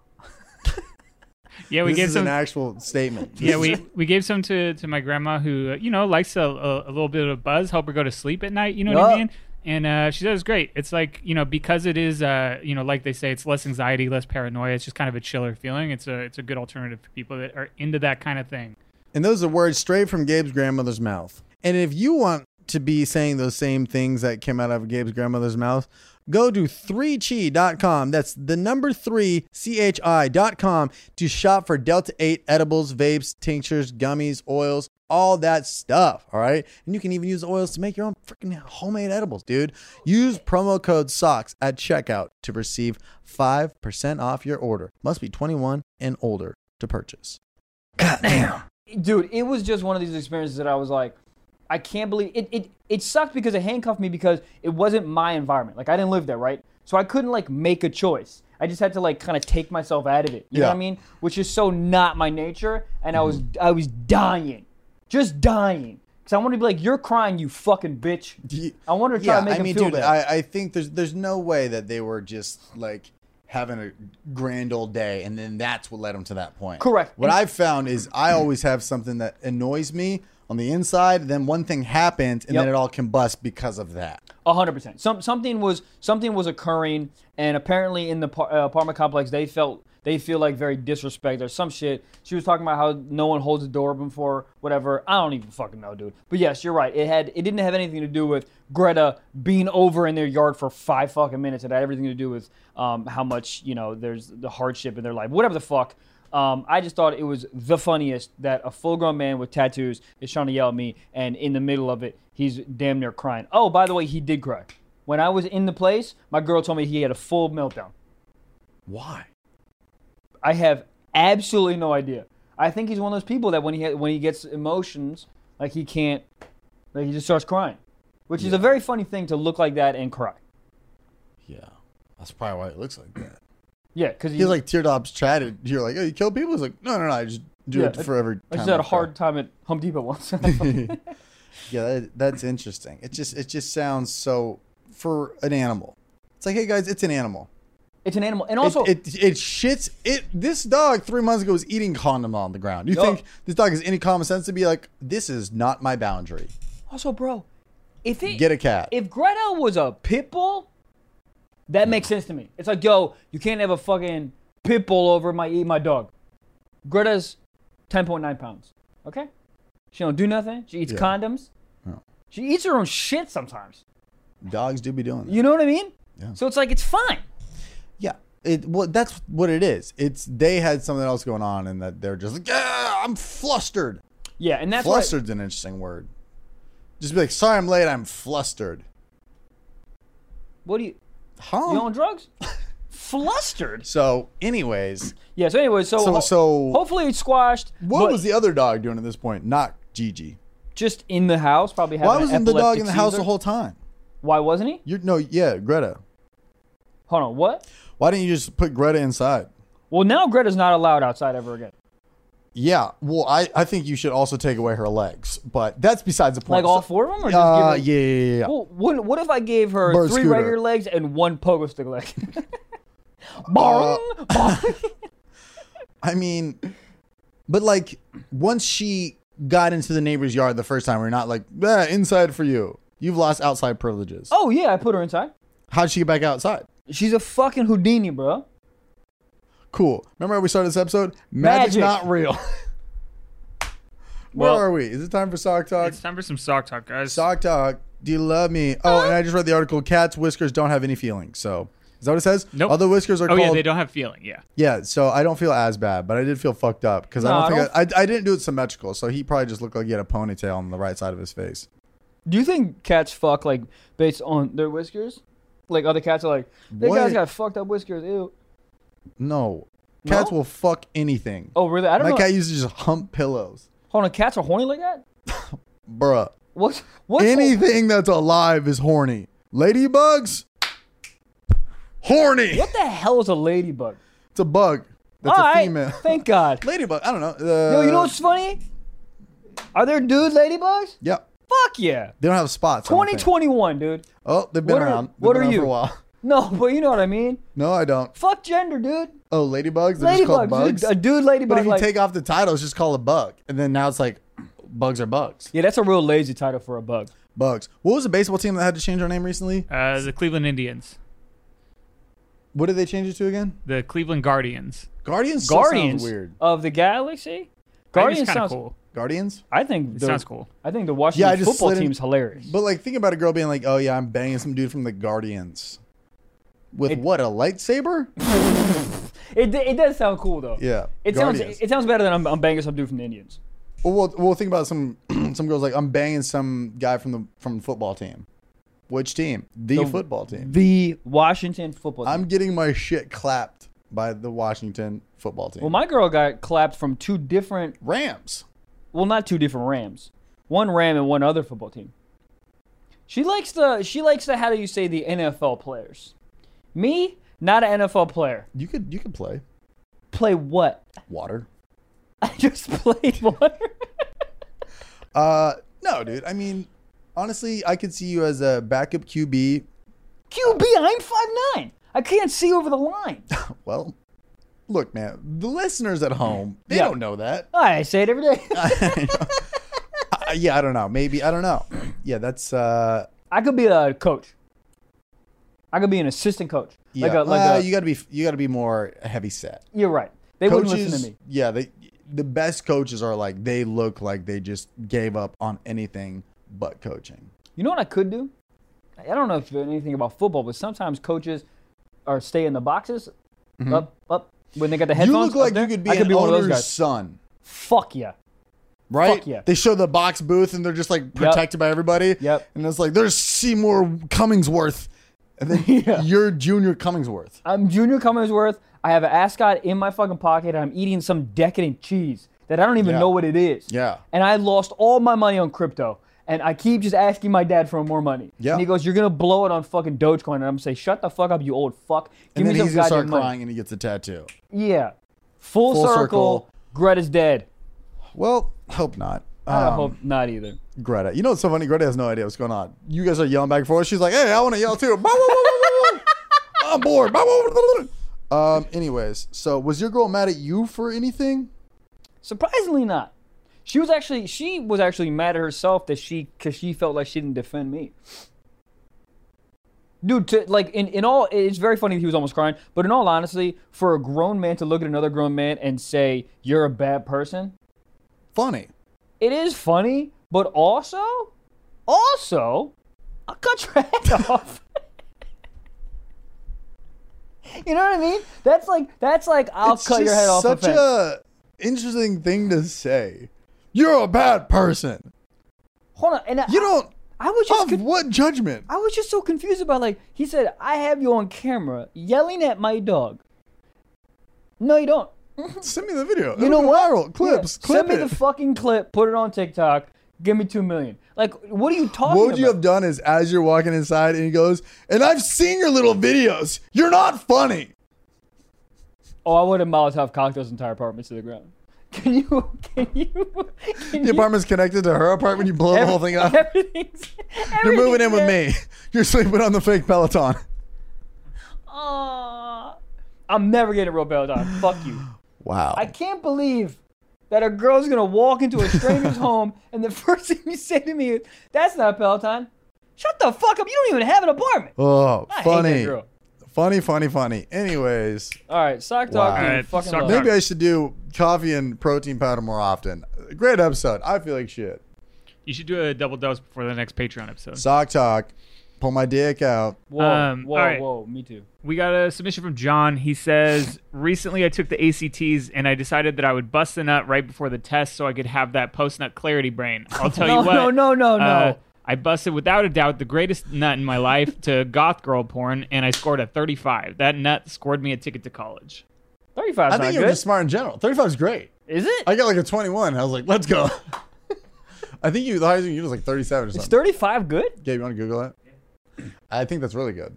E: Yeah, we
C: this
E: gave
C: is
E: some.
C: an actual statement.
E: yeah, we, we gave some to, to my grandma who uh, you know likes a, a, a little bit of buzz, help her go to sleep at night. You know what I
B: Yeah.
E: mean? And uh, she says, "Great." It's like you know because it is uh, you know like they say, it's less anxiety, less paranoia. It's just kind of a chiller feeling. It's a it's a good alternative for people that are into that kind of thing.
C: And those are words straight from Gabe's grandmother's mouth. And if you want to be saying those same things that came out of Gabe's grandmother's mouth, go to 3chi.com. That's the number 3 chi.com to shop for Delta 8 edibles, vapes, tinctures, gummies, oils, all that stuff, all right? And you can even use oils to make your own freaking homemade edibles, dude. Use promo code SOCKS at checkout to receive 5% off your order. Must be 21 and older to purchase.
B: dude, it was just one of these experiences that I was like, I can't believe it. It, it sucked because it handcuffed me because it wasn't my environment. Like I didn't live there, right? So I couldn't like make a choice. I just had to like kind of take myself out of it. You know
C: Yeah. Mm-hmm.
B: what I mean? Which is so not my nature, and I was I was dying, just dying, because I wanted to be like, "You're crying, you fucking bitch."
C: Ye-
B: I wanted to try to make
C: I
B: him
C: mean,
B: feel
C: dude,
B: bad.
C: I, I think there's there's no way that they were just like having a grand old day, and then that's what led them to that point.
B: Correct.
C: What
B: And-
C: I've found is I always have something that annoys me on the inside, then one thing happens, and then
B: Yep.
C: it all combusts because of that.
B: A hundred percent. Some something was something was occurring, and apparently in the par- uh, apartment complex, they felt they feel like very disrespect or some shit. She was talking about how no one holds the door open for her, whatever. I don't even fucking know, dude. But yes, you're right. It had it didn't have anything to do with Greta being over in their yard for five fucking minutes. It had everything to do with um, how much you know there's the hardship in their life, whatever the fuck. Um, I just thought it was the funniest that a full-grown man with tattoos is trying to yell at me, and in the middle of it, he's damn near crying. Oh, by the way, he did cry. When I was in the place, my girl told me he had a full meltdown.
C: Why?
B: I have absolutely no idea. I think he's one of those people that when he ha- when he gets emotions, like he can't, like he just starts crying, which is a very funny thing to look like that and cry.
C: Yeah, that's probably why it looks like that.
B: Yeah, because
C: He's like teardrops chatted. You're like, oh, you kill people? He's like, no, no, no, I just do
B: Yeah,
C: it
B: I-
C: for every. Time
B: I just had a
C: like
B: hard time at Home Depot once.
C: that." yeah, that, that's interesting. It just it just sounds so for an animal. It's like, hey guys, it's an animal.
B: it's an animal, and also
C: it, it, it shits it. This dog three months ago was eating condom on the ground. You
B: Oh.
C: think this dog has any common sense to be like, this is not my boundary?
B: Also, bro, if it
C: Get a cat.
B: if Greta was a pit bull, that makes sense to me. It's like, yo, you can't have a fucking pit bull over my eat my dog. Greta's ten point nine pounds. Okay, she don't do nothing. She eats
C: Yeah.
B: condoms.
C: No.
B: She eats her own shit sometimes.
C: Dogs do be doing that.
B: You know what I mean?
C: Yeah.
B: So it's like it's fine.
C: yeah. It well, that's what it is. It's they had something else going on, and that they're just like, yeah, I'm flustered.
B: Yeah, and that's why-
C: Flustered's an interesting word. Just be like, sorry, I'm late. I'm flustered.
B: What do you?
C: Huh?
B: You on drugs? Flustered.
C: so, anyways,
B: Yeah. So anyway, so
C: So-
B: ho-
C: so-
B: hopefully it's squashed.
C: what
B: but
C: was the other dog doing at this point? Not Gigi.
B: just in the house? Probably having
C: Why
B: an
C: wasn't the dog
B: epileptic
C: in the house
B: seizure.
C: the whole time?
B: Why wasn't he?
C: You're no, yeah, Greta.
B: Hold on. What?
C: Why didn't you just put Greta inside?
B: Well, now Greta's not allowed outside ever again.
C: Yeah, well, I, I think you should also take away her legs, but that's besides the point.
B: Like all
C: So-
B: four of them, or just
C: Uh,
B: give her?
C: yeah, yeah, yeah, yeah.
B: Well, what, what if I gave her
C: Bird
B: three
C: scooter.
B: regular legs and one pogo stick leg?
C: Uh,
B: Bong, bong.
C: I mean, but like once she got into the neighbor's yard the first time, we're not like "Ah, inside for you. You've lost outside privileges.
B: oh yeah, I put her inside.
C: How'd she get back outside?
B: She's a fucking Houdini, bro.
C: Cool. Remember how we started this episode? Magic's
B: Magic.
C: not real. Where
E: Well-
C: are we? Is it time for sock talk?
E: Uh, It's time for some sock talk, guys.
C: Sock talk. Do you love me? Oh, and I just read the article. Cats' whiskers don't have any feelings. So is that what it says?
E: Nope.
C: Other whiskers are
E: oh
C: called
E: yeah, they don't have feeling. Yeah.
C: Yeah, so I don't feel as bad, but I did feel fucked up because
B: No,
C: I
B: I
C: don't think I, I, I didn't do it symmetrical, so he probably just looked like he had a ponytail on the right side of his face.
B: Do you think cats fuck like based on their whiskers? Like other cats are like, that
C: What?
B: guy's got fucked up whiskers. Ew.
C: No, cats
B: No?
C: will fuck anything.
B: Oh really? I don't
C: My
B: know.
C: cat used to just hump pillows,
B: Hold on, cats are horny like that.
C: bruh.
B: What's what's
C: Anything that's alive is horny. Ladybugs, horny.
B: What the hell is a ladybug?
C: It's a bug. That's
B: All
C: a
B: right,
C: female.
B: Thank God.
C: Ladybug. I don't know. Uh,
B: Yo, you know what's funny? Are there dude ladybugs?
C: Yeah,
B: Fuck yeah.
C: they don't have spots. I don't think.
B: 2021, dude.
C: Oh, they've been
B: What are-
C: around. They've
B: what
C: been
B: are
C: around for
B: you?
C: a while.
B: No, but you know what I mean.
C: No, I don't.
B: Fuck gender, dude.
C: Oh, ladybugs. They're just
B: Ladybugs.
C: called
B: dude.
C: bugs.
B: A dude ladybug.
C: But if you
B: like-
C: take off the title, it's just called a bug. And then now it's like bugs are bugs.
B: yeah, that's a real lazy title for a bug.
C: Bugs. What was the baseball team that had to change our name recently?
E: Uh, the Cleveland Indians,
C: What did they change it to again?
E: the Cleveland Guardians.
C: Guardians. still sounds
B: Guardians
C: weird.
B: of the Galaxy.
E: Guardians
B: Guardians
E: kind of
B: sounds.
E: cool.
C: Guardians.
B: I think
E: It
B: the,
E: sounds cool.
B: I think the Washington
C: Yeah, I just
B: football
C: slid in-
B: team's hilarious.
C: But like, think about a girl being like, "Oh yeah, I'm banging some dude from the Guardians." With
B: It-
C: what a lightsaber?
B: It, d- it does sound cool though.
C: Yeah,
B: It
C: Guardians.
B: sounds it sounds better than I'm, I'm banging some dude from the Indians.
C: Well, well, well, think about some some girls like I'm banging some guy from the from the football team. Which team? The,
B: The-
C: football team.
B: The Washington football. team.
C: I'm getting my shit clapped by the Washington football team.
B: well, my girl got clapped from two different.
C: Rams.
B: well, not two different Rams, one Ram and one other football team. She likes the she likes the how do you say the NFL players. Me, Not an NFL player.
C: You could you could play
B: Play what?
C: water.
B: I just played water.
C: Uh, no, dude. I mean, honestly, I could see you as a backup QB.
B: QB, I'm five nine. I can't see over the line.
C: Well, look, man. The listeners at home, they
B: Yeah.
C: don't know that.
B: I say it every day.
C: Uh, yeah, I don't know. Maybe I don't know. Yeah, that's uh.
B: I could be a coach. I could be an assistant coach.
C: Yeah,
B: Like a, like
C: Well,
B: a,
C: you gotta be you gotta be more heavy set.
B: you, are right. They wouldn't listen
C: Coaches,
B: to me.
C: yeah, they the best coaches are like they look like they just gave up on anything but coaching.
B: You know what I could do? I don't know if you know anything about football, but sometimes coaches are stay in the boxes up up when they got the
C: Mm-hmm. You look
B: headphones.
C: like
B: up
C: you could be
B: there. I
C: an
B: could be one of those
C: owner's
B: guys.
C: son,
B: Fuck yeah.
C: right?
B: Fuck yeah.
C: They show the box booth and they're just like protected by everybody.
B: Yep.
C: And it's like there's Seymour Cummingsworth, and then you're Junior Cummingsworth.
B: I'm Junior Cummingsworth. I have an ascot in my fucking pocket, and I'm eating some decadent cheese that I don't even
C: Yeah.
B: know what it is.
C: Yeah.
B: And I lost all my money on crypto, and I keep just asking my dad for more money.
C: Yeah.
B: And he goes, "You're gonna blow it on fucking Dogecoin," and I'm gonna say, "Shut the fuck up, you old fuck. Give
C: And then
B: me some
C: he's gonna start
B: goddamn money."
C: crying and he gets a tattoo.
B: Yeah. Full,
C: Full
B: circle.
C: circle.
B: Greta's dead.
C: Well, hope not.
B: I
C: Um,
B: hope not either.
C: Greta. You know what's so funny? Greta has no idea what's going on. You guys are yelling back and forth. She's like, hey, I want to yell too. Bow, wow, wow, wow, wow, wow. I'm bored. Bow, wow, wow, wow. um, anyways, so was your girl mad at you for anything?
B: Surprisingly not. She was actually she was actually mad at herself that she cause she felt like she didn't defend me. Dude, to, like in, in all it's very funny that he was almost crying, but in all honesty, for a grown man to look at another grown man and say, You're a bad person,
C: Funny.
B: it is funny, but also also I'll cut your head off. you know what I mean? That's like that's like I'll
C: It's
B: cut your
C: just
B: head off.
C: Such
B: offense.
C: a interesting thing to say. You're a bad person.
B: Hold on, and
C: You don't
B: I was just
C: of
B: con-
C: what judgment?
B: I was just so confused about like he said I have you on camera yelling at my dog. No, you don't.
C: Send me the video.
B: You know what?
C: Viral. Clips.
B: Yeah.
C: Clip
B: Send me
C: it.
B: the fucking clip. Put it on TikTok. Give me two million. Like, what are you talking
C: What would you
B: about?
C: have done is as you're walking inside and he goes, and I've seen your little videos. You're not funny.
B: oh, I would have Molotov cocked those entire apartments to the ground. Can you? Can you? Can
C: The
B: you?
C: apartment's connected to her apartment. You blow the whole thing up.
B: Everything's,
C: You're moving in
B: everything's
C: with
B: there.
C: me. You're sleeping on the fake Peloton.
B: Aw. I'm never getting a real Molotov. Fuck you.
C: Wow.
B: I can't believe that a girl's gonna walk into a stranger's home and the first thing you say to me is, "That's not a Peloton." Shut the fuck up! You don't even have an apartment.
C: oh,
B: I hate
C: funny.
B: that girl.
C: Funny, funny, funny. Anyways,
B: All right, sock
C: Wow.
B: talk.
C: All
B: you
E: right,
B: fucking
E: sock
B: love.
E: talk.
C: maybe I should do coffee and protein powder more often. Great episode. I feel like shit.
E: You should do a double dose before the next Patreon episode.
C: Sock talk. Pull my dick out.
B: Whoa,
E: Um,
B: whoa,
E: all right.
B: whoa! Me too.
E: We got a submission from John. He says, Recently I took the ACTs and I decided that I would bust the nut right before the test so I could have that post nut clarity brain. I'll tell
B: No,
E: you what.
B: no, no, no,
E: uh,
B: no.
E: I busted without a doubt the greatest nut in my life to goth girl porn and I scored a 35. That nut scored me a ticket to college.
B: Thirty-five.
C: I
B: not
C: think
B: good.
C: you're just smart in general. 35 is great.
B: Is it?
C: I got like a 21. I was like, let's go. I think you, the highest you can get is like 37 or
B: Is
C: something.
B: thirty-five good?
C: Gabe, you want to Google that? I think that's really good.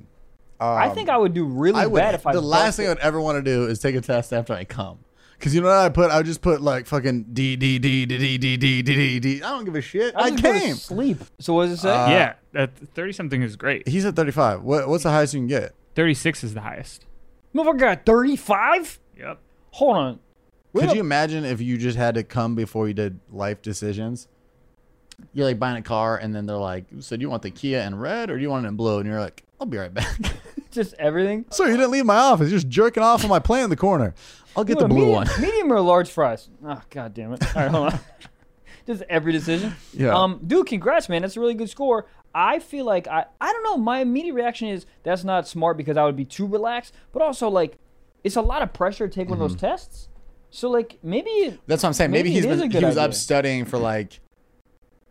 B: I
C: Um,
B: think I would do really
C: I would.
B: bad if I.
C: the last
B: busted.
C: thing I would ever want to do is take a test after I come. Cause you know what I put? I would just put like fucking D D D D D D D D D D. I don't give a shit. I,
B: I'd just go to
C: came. Uh,
B: sleep. So what does it say?
E: yeah, that 30 something is great.
C: He's at 35. What, what's the highest you can get?
E: 36 is the highest.
B: Motherfucker got thirty-five.
E: Yep.
B: Hold on. Wait
C: Could
B: a-
C: you imagine if you just had to come before you did life decisions? You're like buying a car, and then they're like, "So do you want the Kia in red or do you want it in blue?" And you're like, "I'll be right back."
B: Just everything.
C: Sir, you didn't leave my office. You're just jerking off on my plant in the corner. I'll get
B: Ooh,
C: the
B: a
C: blue
B: medium,
C: one.
B: medium or large fries? Oh, god damn it. All right, hold on. Just every decision.
C: Yeah.
B: Um, dude, congrats, man. That's a really good score. I feel like I I don't know, my immediate reaction is that's not smart because I would be too relaxed, but also like it's a lot of pressure to take one
C: Mm-hmm.
B: of those tests. So like maybe it-
C: That's what I'm saying. Maybe,
B: Maybe
C: he's
B: it is
C: been,
B: a good
C: he was up
B: idea.
C: studying for like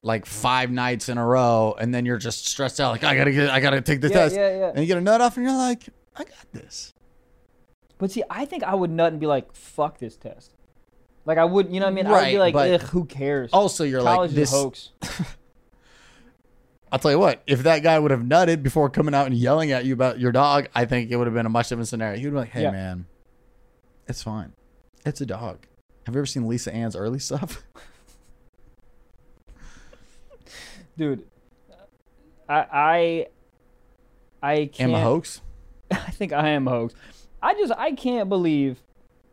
C: like five nights in a row, and then you're just stressed out. Like I gotta get, I gotta take the
B: Yeah,
C: test.
B: yeah, yeah.
C: And you get a nut off, and you're like, I got this.
B: but see, I think I would nut and be like, fuck this test. Like I would, you know what I mean? I would be
C: Right,
B: like,
C: but-
B: Ugh, who cares?
C: Also, you're
B: College
C: like
B: is
C: this.
B: a hoax.
C: I'll tell you what, if that guy would have nutted before coming out and yelling at you about your dog, I think it would have been a much different scenario. He would be like, hey,
B: Yeah.
C: man, it's fine. It's a dog. Have you ever seen Lisa Ann's early stuff?
B: dude. I I I can't.
C: Am a hoax?
B: I think I am a hoax. I just I can't believe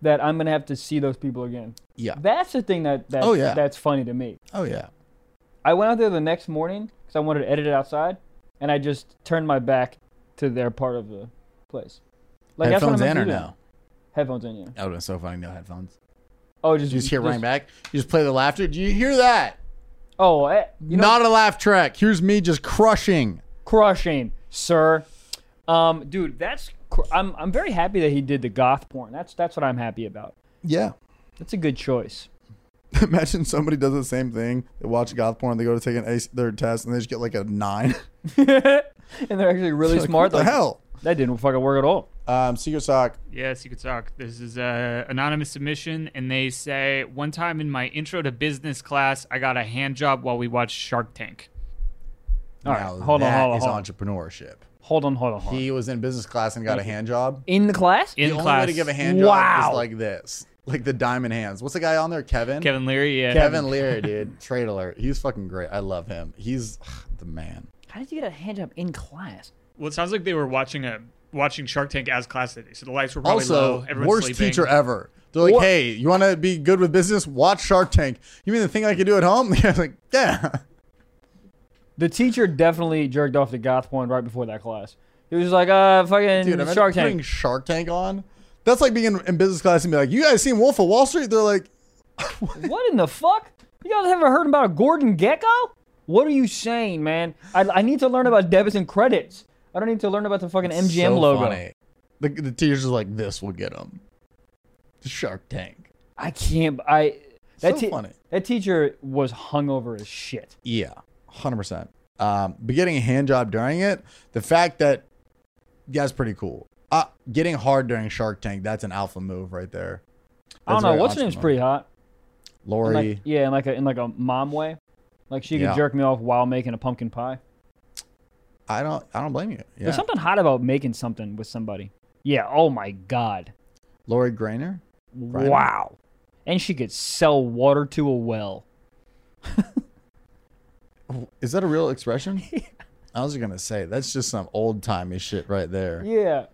B: that I'm gonna have to see those people again.
C: Yeah.
B: That's the thing that that
C: Oh, yeah.
B: that's funny to me.
C: Oh, yeah.
B: I went out there the next morning because I wanted to edit it outside, and I just turned my back to their part of the place. Like that's what
C: headphones
B: I'm
C: in or
B: meant to do.
C: no?
B: Headphones in, yeah.
C: That would have been so funny, no headphones.
B: Oh, just
C: You just hear running back. You just play the laughter. Do you hear that?
B: Oh, eh, you know,
C: Not a laugh track. Here's me just crushing.
B: crushing, sir. Um, dude, that's cr- I'm I'm very happy that he did the goth porn. That's that's what I'm happy about.
C: Yeah.
B: That's a good choice.
C: Imagine somebody does the same thing. They watch goth porn. They go to take an ace, their test, and they just get like a nine.
B: and they're actually really
C: Like, What
B: smart.
C: the
B: like,
C: hell?
B: That didn't fucking work at all.
C: Um, Secret Sock.
E: Yes, you could talk. This is a anonymous submission, and they say one time in my intro to business class, I got a hand job while we watched Shark Tank.
B: All right,
C: Now
B: hold on,
C: that
B: hold on,
C: is
B: hold on.
C: entrepreneurship.
B: Hold on, hold on, hold on.
C: He was in business class and got a hand job.
B: In the class?
E: In
C: the only
E: class,
C: way to give a hand job
B: Wow.
C: is like this, like the diamond hands. What's the guy on there? Kevin.
E: Kevin Leary. Yeah.
C: Kevin Leary, dude. Trade alert. He's fucking great. I love him. He's ugh, the man.
B: How did you get a hand job in class?
E: Well, it sounds like they were watching a watching Shark Tank as class today, so the lights were probably
C: also,
E: low. Everyone's
C: worst
E: sleeping.
C: teacher ever. They're like,
B: What-
C: hey, you want to be good with business? Watch Shark Tank. You mean the thing I could do at home? Yeah, like, yeah.
B: The teacher definitely jerked off the goth porn right before that class. He was like, uh, fucking
C: Dude, imagine
B: Shark
C: putting
B: Tank.
C: Shark Tank on. That's like being in, in business class and be like, you guys seen Wolf of Wall Street? They're like,
B: What in the fuck? You guys haven't heard about a Gordon Gecko? What are you saying, man? I, I need to learn about debits and credits. I don't need to learn about the fucking MGM
C: so
B: logo.
C: funny. The, the teacher's just like, this will get them. Shark Tank.
B: I can't. I that
C: So
B: te-
C: funny.
B: that teacher was hungover as shit.
C: Yeah, hundred percent. Um, but getting a hand job during it, the fact that yeah, that's pretty cool. Uh, getting hard during Shark Tank, that's an alpha move right there.
B: I don't
C: That's
B: know.
C: very
B: What's her name's
C: entrepreneurial.
B: pretty hot.
C: Lori.
B: In like, yeah, in like a in like a mom way. Like she could
C: Yeah.
B: jerk me off while making a pumpkin pie.
C: I don't. I don't blame you. Yeah.
B: There's something hot about making something with somebody. Yeah. Oh my god.
C: Lori Grainer. Right.
B: Wow. And she could sell water to a well.
C: Is that a real expression? I was gonna say that's just some old timey shit right there. Yeah.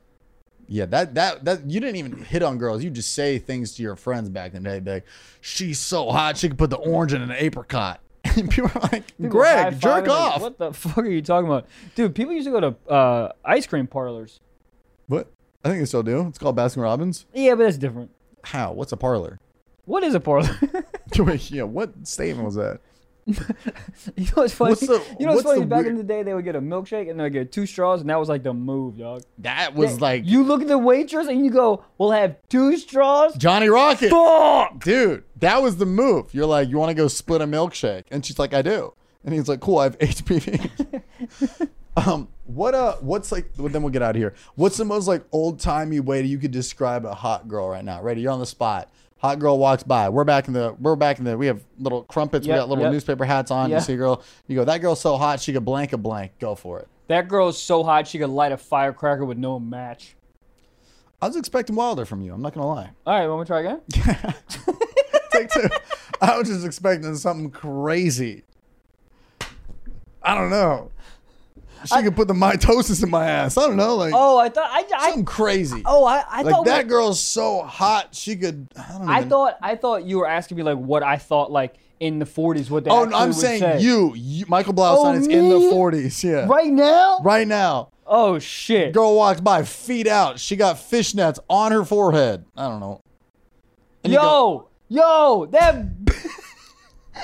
B: Yeah.
C: that that that you didn't even hit on girls. You just say things to your friends back in the day, be like, "She's so hot, she could put the orange in an apricot." And people are like, "Greg, jerk off."
B: what the fuck are you talking about, dude? People used to go to uh, ice cream parlors.
C: What? I think they still do. It's called Baskin Robbins.
B: Yeah, but that's different.
C: How? What's a parlor?
B: What is a parlor?
C: Wait, yeah, what statement was that?
B: you know what's funny?
C: What's the-
B: you know what's,
C: what's
B: funny?
C: the
B: Back
C: weird-
B: in the day, they would get a milkshake and they would get two straws, and that was like the move, dog.
C: That was
B: They-
C: like
B: you look at the waitress and you go, "We'll have two straws."
C: Johnny Rocket.
B: Fuck.
C: Dude, that was the move. You're like, you want to go split a milkshake? And she's like, I do. And he's like, cool, I have HPV. um, what uh, what's like? Well, then we'll get out of here. What's the most like old timey way that you could describe a hot girl right now? Ready? You're on the spot. Hot girl walks by. We're back in the. We're back in the. We have little crumpets.
B: Yep,
C: we got little
B: yep.
C: newspaper hats on.
B: Yeah.
C: You see a girl. You go. That girl's so hot. She could blank a blank. Go for it.
B: That girl's so hot she could light a firecracker with no match.
C: I was expecting Wilder from you. I'm not gonna lie.
B: All right, want me to try again?
C: Take two. I was just expecting something crazy. I don't know. She could put the mitosis in my ass. I don't know, like
B: Oh, I thought I, I
C: something crazy.
B: oh I, I
C: like
B: thought
C: that
B: we-
C: girl's so hot, she could. I don't.
B: I
C: even-
B: thought I thought you were asking me like what I thought like in the 40s what they
C: Oh,
B: actually
C: no, I'm
B: would
C: saying
B: say.
C: you, you, Michael Blaustein,
B: Oh,
C: is in the
B: me?
C: 40s. Yeah,
B: right now.
C: right now.
B: Oh shit.
C: Girl walks by, feet out. She got fishnets on her forehead. I don't know. And you
B: yo,
C: go-
B: yo, that. b-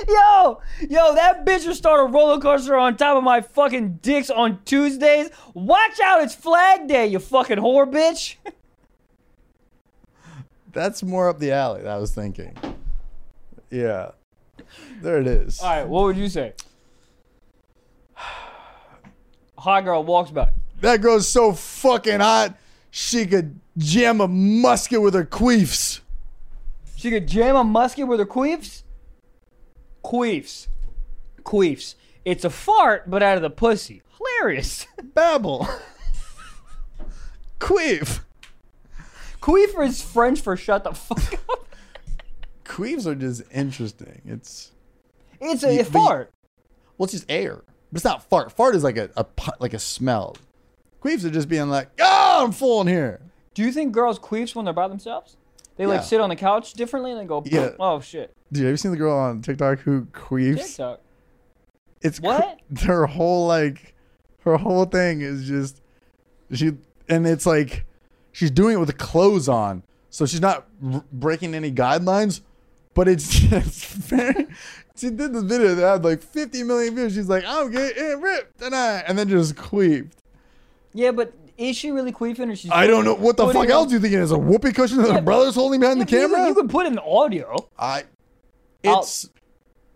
B: Yo, yo, that bitch will start a roller coaster on top of my fucking dicks on Tuesdays. Watch out, it's Flag Day, you fucking whore bitch.
C: that's more up the alley. that I was thinking. Yeah, there it is.
B: All right, what would you say? Hot girl walks by.
C: That girl's so fucking hot, she could jam a musket with her queefs.
B: She could jam a musket with her queefs. Queefs, queefs. It's a fart, but out of the pussy. Hilarious.
C: Babble. Queef.
B: Queefer is French for shut the fuck up.
C: Queefs are just interesting. It's
B: It's a
C: You- but you-
B: fart.
C: well, it's just air, but it's not fart. Fart is like a, a pu- like a smell. Queefs are just being like, oh, I'm full in here.
B: Do you think girls queefs when they're by themselves? They
C: Yeah.
B: like sit on the couch differently and then go,
C: Yeah.
B: oh shit.
C: Dude, have you seen the girl on TikTok who queefs?
B: TikTok.
C: It's cr-
B: What?
C: her whole like, her whole thing is just she, and it's like she's doing it with clothes on, so she's not r- breaking any guidelines. But it's just very. She did this video that had like 50 million views. She's like, I'm getting ripped tonight, and then just queefed.
B: Yeah, but is she really queefing or she's.
C: I don't know what the
B: What do
C: fuck
B: you-
C: else you think it is. A whoopee cushion that her brother's holding behind
B: Yeah,
C: the
B: but you could-
C: camera.
B: You could put in audio.
C: I.
B: I'll-
C: It's.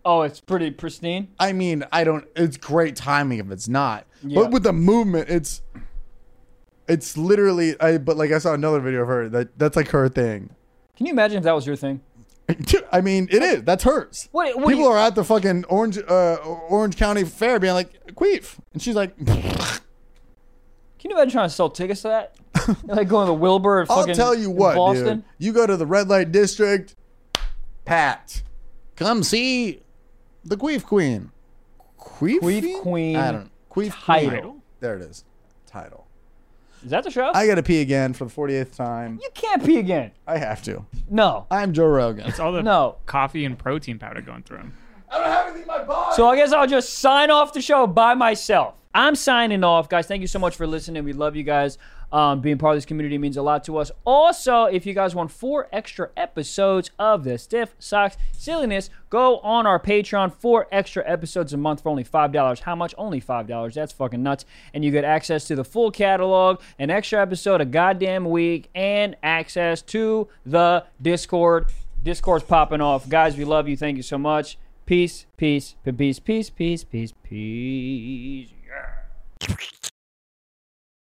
B: Oh, it's pretty pristine.
C: I mean, I don't. It's great timing if it's not.
B: Yeah.
C: But with the movement, it's it's literally. I but like I saw another video of her that that's like her thing.
B: Can you imagine if that was your thing?
C: I mean, it is. That's hers.
B: What- what do
C: People
B: you-
C: are at the fucking Orange uh, Orange County Fair being like queef, and she's like,
B: Can you imagine trying to sell tickets to that? like going to Wilbur and
C: "I'll
B: fucking
C: tell you what,
B: Boston.
C: dude. You go to the red light district,
G: Pat, come see
C: the queef queen, queef,
B: Queef Queen
C: I don't queef
B: title.
C: Queen. There it is. Title.
B: Is that the show?
C: I gotta pee again for the 48th time.
B: you can't pee again.
C: I have to.
B: No.
C: I'm Joe Rogan.
E: It's all the
B: No.
E: coffee and protein powder going through him.
B: So I guess I'll just sign off the show by myself. I'm signing off, guys. Thank you so much for listening. We love you guys. Um, being part of this community means a lot to us. Also, if you guys want four extra episodes of the Stiff Socks Silliness, go on our Patreon. Four extra episodes a month for only $5. How much? Only $5. That's fucking nuts. And you get access to the full catalog, an extra episode a goddamn week, and access to the Discord. Discord's popping off. Guys, we love you. Thank you so much. Peace, peace, peace, peace, peace, peace, peace. Yeah.